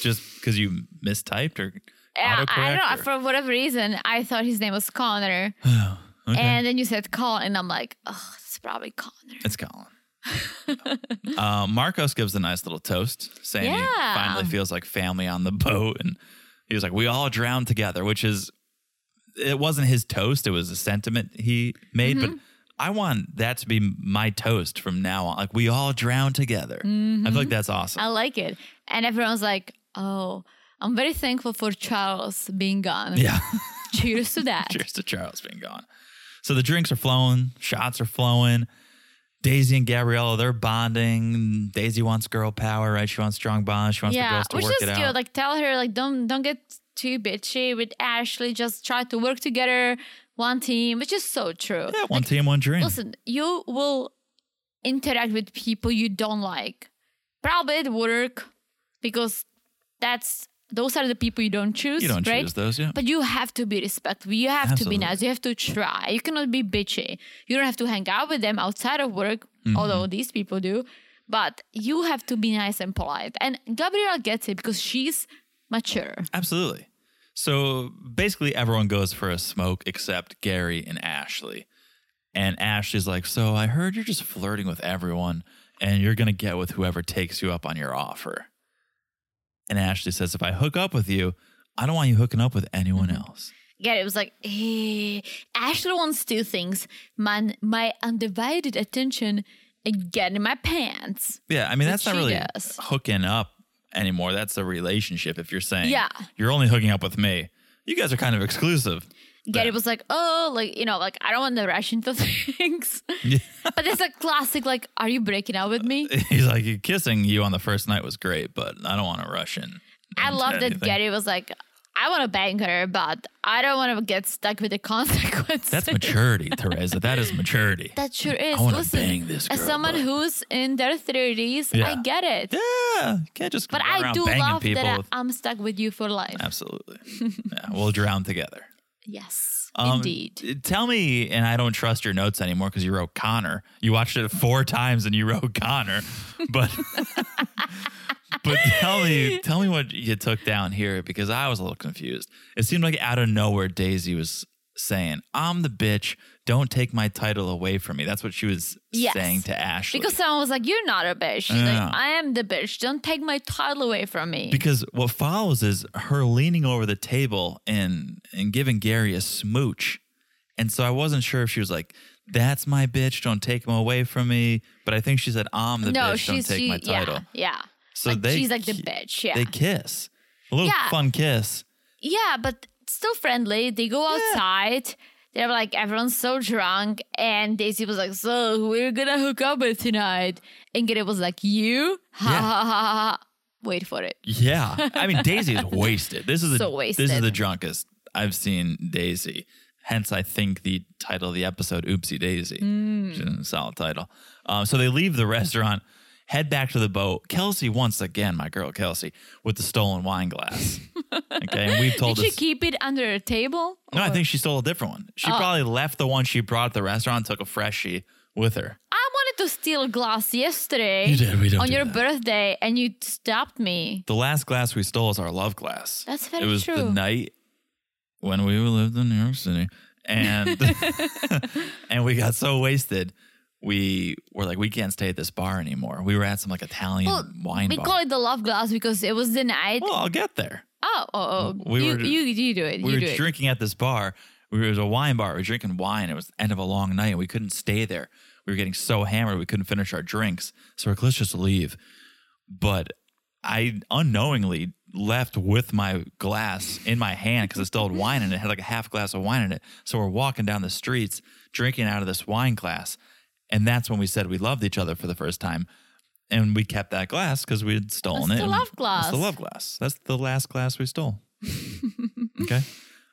S4: just because you mistyped or.
S5: I, I don't know.
S4: autocorrect or-
S5: For whatever reason, I thought his name was Connor.
S4: okay.
S5: And then you said Colin, and I'm like, oh, it's probably Connor.
S4: It's Colin. uh, Marcos gives a nice little toast, saying he
S5: Yeah.
S4: finally feels like family on the boat, and he was like, "We all drowned together," which is it wasn't his toast; it was a sentiment he made.
S5: Mm-hmm.
S4: But I want that to be my toast from now on. Like we all drowned together. I feel like that's awesome.
S5: Mm-hmm. I like it. And everyone's like, oh, I'm very thankful for Charles being gone.
S4: yeah.
S5: Cheers to that.
S4: Cheers to Charles being gone. So the drinks are flowing, shots are flowing. Daisy and Gabriella, they're bonding. Daisy wants girl power, right? She wants strong bonds. She wants the
S5: yeah,
S4: girls to
S5: which
S4: work
S5: is
S4: it
S5: good.
S4: out.
S5: Like tell her like don't don't get too bitchy with Ashley. Just try to work together, one team, which is so true.
S4: yeah, one team, one dream.
S5: Listen, you will interact with people you don't like. Probably at work, because that's those are the people you don't choose.
S4: you don't
S5: right?
S4: choose those, yeah.
S5: But you have to be respectful. You have
S4: Absolutely.
S5: to be nice. You have to try. You cannot be bitchy. You don't have to hang out with them outside of work,
S4: Mm-hmm.
S5: although these people do. But you have to be nice and polite. And Gabrielle gets it because she's mature.
S4: Absolutely. So basically, everyone goes for a smoke except Gary and Ashley. And Ashley's like, So I heard you're just flirting with everyone and you're going to get with whoever takes you up on your offer. And Ashley says, If I hook up with you, I don't want you hooking up with anyone
S5: Mm-hmm.
S4: else.
S5: Gary was like, eh, Ashley wants two things my, my undivided attention and getting my pants.
S4: Yeah. I mean, that's not
S5: she
S4: really
S5: does.
S4: hooking up anymore. That's a relationship if you're saying,
S5: Yeah.
S4: You're only hooking up with me. You guys are kind of exclusive.
S5: Gary
S4: Yeah.
S5: was like, oh, like, you know, like, I don't want to rush into things. but that's a classic, like, are you breaking up with me?
S4: He's like, Kissing you on the first night was great, but I don't want to rush in.
S5: I
S4: into
S5: love that
S4: anything."
S5: Gary was like, I want to bang her, but I don't want to get stuck with the consequences.
S4: That's maturity, Teresa. That is maturity.
S5: That sure is.
S4: wanna
S5: Listen,
S4: bang this
S5: as
S4: girl,
S5: someone
S4: but-
S5: who's in their 30s,
S4: Yeah.
S5: I get it.
S4: yeah, you can't just
S5: But
S4: run
S5: I
S4: around
S5: do
S4: banging
S5: love
S4: people.
S5: that
S4: with-
S5: I, am stuck with you for life.
S4: Absolutely, yeah, we'll drown together.
S5: Yes,
S4: Um,
S5: indeed.
S4: t- Tell me, and I don't trust your notes anymore because you wrote Connor. You watched it four times and you wrote Connor, but but tell me, tell me what you took down here because I was a little confused. It seemed like out of nowhere, Daisy was saying, "I'm the bitch. Don't take my title away from me." That's what she was
S5: Yes.
S4: saying to Ashley.
S5: Because someone was like, You're not a bitch. She's
S4: Yeah.
S5: like, I am the bitch. Don't take my title away from me.
S4: Because what follows is her leaning over the table and and giving Gary a smooch. And so I wasn't sure if she was like, "That's my bitch. Don't take him away from me." But I think she said, "I'm the
S5: no,
S4: bitch.
S5: she's
S4: don't take
S5: she,
S4: my title."
S5: Yeah. yeah.
S4: So
S5: like,
S4: they
S5: she's like the
S4: ki-
S5: bitch. Yeah.
S4: They kiss. A little
S5: Yeah.
S4: fun kiss.
S5: Yeah, but still friendly. They go outside. They're like, everyone's so drunk. And Daisy was like, So who are you gonna hook up with tonight? And Gary was like, You? Ha
S4: Yeah.
S5: ha ha ha. ha. Wait for it.
S4: Yeah. I mean, Daisy is wasted. This is the
S5: So
S4: this is
S5: wasted.
S4: the drunkest I've seen Daisy. Hence, I think the title of the episode, "Oopsie Daisy,"
S5: Mm.
S4: which is a solid title. Um, so they leave the restaurant, head back to the boat. Kelsey, once again, my girl Kelsey, with the stolen wine glass. okay, and we've told
S5: Did she
S4: this-
S5: keep it under a table?
S4: no, I
S5: Or- Oh.
S4: think she stole a different one. She probably left the one she brought at the restaurant, took a freshie with her.
S5: I wanted to steal a glass yesterday
S4: You did, we don't
S5: on
S4: do
S5: your
S4: that.
S5: birthday and you stopped me.
S4: The last glass we stole is our love glass.
S5: That's very
S4: It was the
S5: true.
S4: night when we lived in New York City, and and we got so wasted. We were like, we can't stay at this bar anymore. We were at some like Italian wine
S5: we
S4: bar.
S5: call it the love glass because it was the night.
S4: well, I'll get there.
S5: oh, oh, oh.
S4: we
S5: you,
S4: were-
S5: you, you do it.
S4: We
S5: you
S4: were
S5: do it.
S4: drinking at this bar. We were, it was a wine bar. We were drinking wine. It was the end of a long night, and we couldn't stay there. We were getting so hammered, we couldn't finish our drinks. So we're like, let's just leave. But I unknowingly left with my glass in my hand because it still had wine in it. It had like a half glass of wine in it. So we're walking down the streets, drinking out of this wine glass. And that's when we said we loved each other for the first time. And we kept that glass because we had stolen
S5: That's
S4: it.
S5: the
S4: and-
S5: love glass.
S4: That's the love glass. That's the last glass we stole. okay.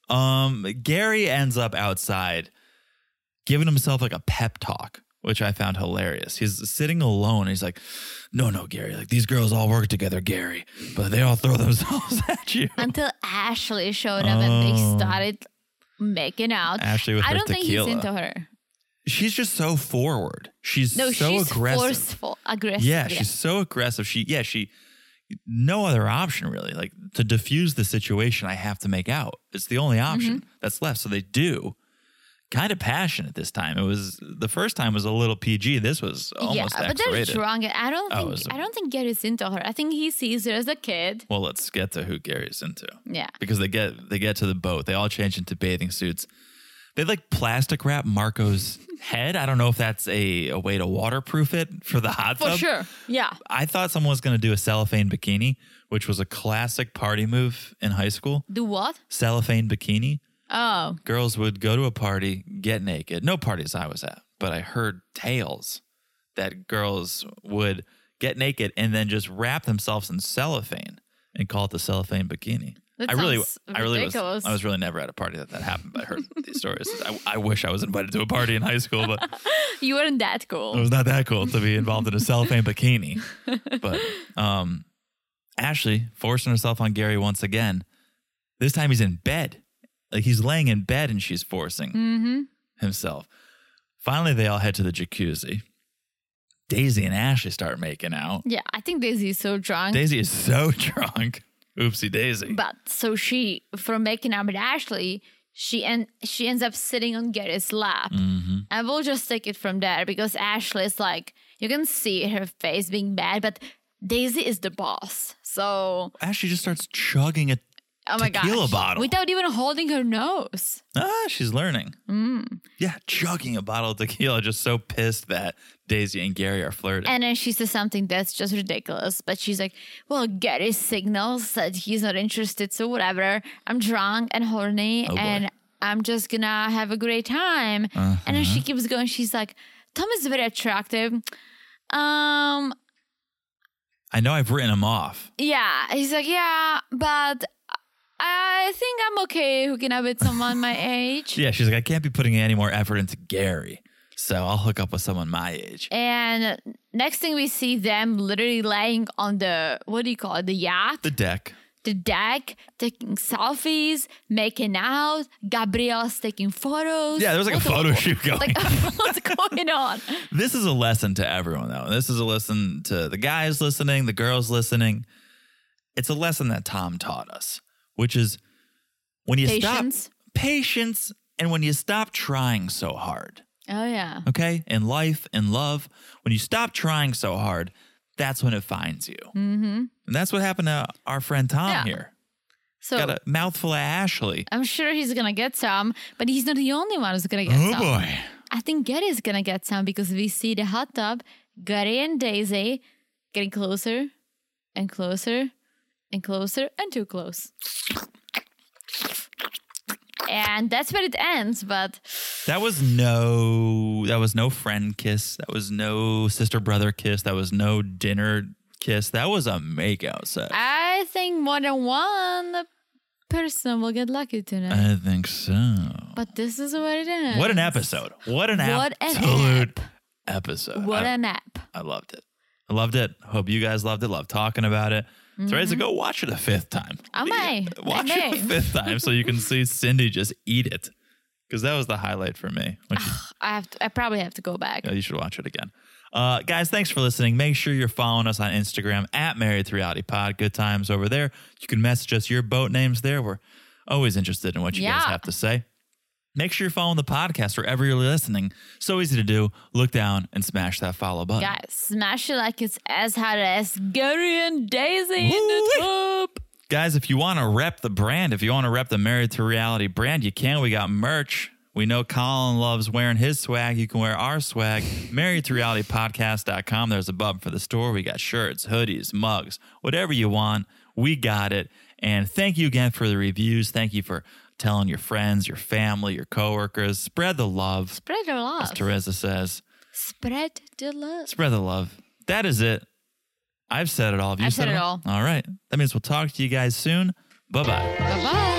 S4: Um, Gary ends up outside giving himself like a pep talk, which I found hilarious. He's sitting alone. He's like, no, no, Gary. Like these girls all work together, Gary, but they all throw themselves at you.
S5: Until Ashley showed up and
S4: Oh.
S5: they started making out.
S4: Ashley with
S5: I
S4: her
S5: don't
S4: tequila.
S5: think he's into her.
S4: She's just so forward. She's
S5: No,
S4: so
S5: she's
S4: aggressive.
S5: forceful, aggressive.
S4: Yeah, she's so aggressive. She, yeah, she, no other option really. Like to diffuse the situation, I have to make out. It's the only option
S5: Mm-hmm.
S4: that's left. So they do. Kind of passionate this time. It was the first time was a little PG. This was
S5: yeah,
S4: almost
S5: but
S4: X-rated.
S5: that's wrong. I don't
S4: Oh,
S5: think
S4: it's a-
S5: I don't think Gary's into her. I think he sees her as a kid.
S4: Well, let's get to who Gary's into.
S5: Yeah.
S4: Because they get they get to the boat. They all change into bathing suits. They like plastic wrap Marco's head. I don't know if that's a, a way to waterproof it for the hot
S5: For
S4: tub.
S5: sure. Yeah.
S4: I thought someone was going to do a cellophane bikini, which was a classic party move in high school.
S5: Do what?
S4: Cellophane bikini.
S5: Oh.
S4: Girls would go to a party, get naked. No parties I was at, but I heard tales that girls would get naked and then just wrap themselves in cellophane and call it the cellophane bikini.
S5: That
S4: I really,
S5: sounds
S4: I really was,
S5: ridiculous.
S4: I was really never at a party that that happened, but I heard these stories. I, I wish I was invited to a party in high school, but
S5: You weren't that cool.
S4: it was not that cool to be involved in a cellophane bikini. But um, Ashley forcing herself on Gary once again. This time he's in bed. Like he's laying in bed and she's forcing
S5: Mm-hmm.
S4: himself. Finally, they all head to the jacuzzi. Daisy and Ashley start making out.
S5: yeah, I think Daisy's so drunk.
S4: Daisy is so drunk. Oopsie daisy.
S5: but so she, from making up with Ashley, she and she ends up sitting on Gary's lap.
S4: Mm-hmm.
S5: And we'll just take it from there because Ashley is like, you can see her face being bad, but Daisy is the boss. So,
S4: Ashley just starts chugging it.
S5: oh my god,
S4: Tequila
S5: gosh.
S4: bottle.
S5: Without even holding her nose.
S4: Ah, she's learning.
S5: Mm.
S4: Yeah, chugging a bottle of tequila. Just so pissed that Daisy and Gary are flirting.
S5: And then she says something that's just ridiculous. But she's like, well, Gary signals that he's not interested. So whatever. I'm drunk and horny
S4: Oh, boy.
S5: and I'm just gonna have a great time. And then
S4: Uh-huh.
S5: she keeps going. She's like, Tom is very attractive. Um,
S4: I know I've written him off.
S5: yeah. He's like, yeah, but I think I'm okay hooking up with someone my age.
S4: Yeah, she's like, I can't be putting any more effort into Gary, so I'll hook up with someone my age.
S5: And next thing we see them literally laying on the, what do you call it, the yacht?
S4: The deck.
S5: the deck, taking selfies, making out. Gabrielle's taking photos.
S4: Yeah, there was like a
S5: What
S4: photo
S5: the-
S4: shoot going.
S5: Like, uh what's going on?
S4: this is a lesson to everyone, though. This is a lesson to the guys listening, the girls listening. It's a lesson that Tom taught us, which is when you
S5: Patience.
S4: stop patience and when you stop trying so hard.
S5: Oh, yeah.
S4: okay? In life, in love, when you stop trying so hard, that's when it finds you. Mm-hmm. And that's what happened to our friend Tom
S5: Yeah.
S4: here.
S5: So
S4: Got a mouthful of Ashley.
S5: I'm sure he's going to get some, but he's not the only one who's going
S4: Oh,
S5: to get some. I think Gary's going to get some because we see the hot tub, Gary and Daisy getting closer and closer and closer and too close. And that's where it ends, but
S4: That was no that was no friend kiss. That was no sister brother kiss. That was no dinner kiss. That was a makeout set. I,
S5: I think more than one person will get lucky tonight.
S4: think so.
S5: but this is what it is.
S4: Uh, What an episode. What an
S5: What an
S4: absolute episode.
S5: What
S4: I-
S5: an app.
S4: I loved it. I loved it. Hope you guys loved it. Love talking about it. It's ready to go watch it a fifth time.
S5: Mm-hmm. I may. I
S4: Watch it a
S5: may.
S4: fifth time so you can see Cindy just eat it. Because that was the highlight for me. When she-
S5: I have to, I probably have to go back.
S4: you should watch it again. Uh, guys, thanks for listening. Make sure you're following us on Instagram at Married to Reality Pod. Good times over there. You can message us your boat names there. We're always interested in what you guys
S5: Yeah.
S4: have to say. Make sure you're following the podcast wherever you're listening. So easy to do. Look down and smash that follow button.
S5: Guys, smash it like it's as hot as Gary and Daisy in the
S4: Woo-wee.
S5: tub.
S4: Guys, if you want to rep the brand, if you want to rep the Married to Reality brand, you can. We got merch. We know Colin loves wearing his swag. You can wear our swag. Married to Reality Podcast.com. There's a button for the store. We got shirts, hoodies, mugs, whatever you want. We got it. And thank you again for the reviews. Thank you for telling your friends, your family, your coworkers. Spread the love,
S5: Spread the love.
S4: as Teresa says.
S5: Spread the love.
S4: Spread the love. That is it. I've said it all. Have you
S5: I've said it
S4: all? All right. That means we'll talk to you guys soon. Bye bye.
S5: Bye bye.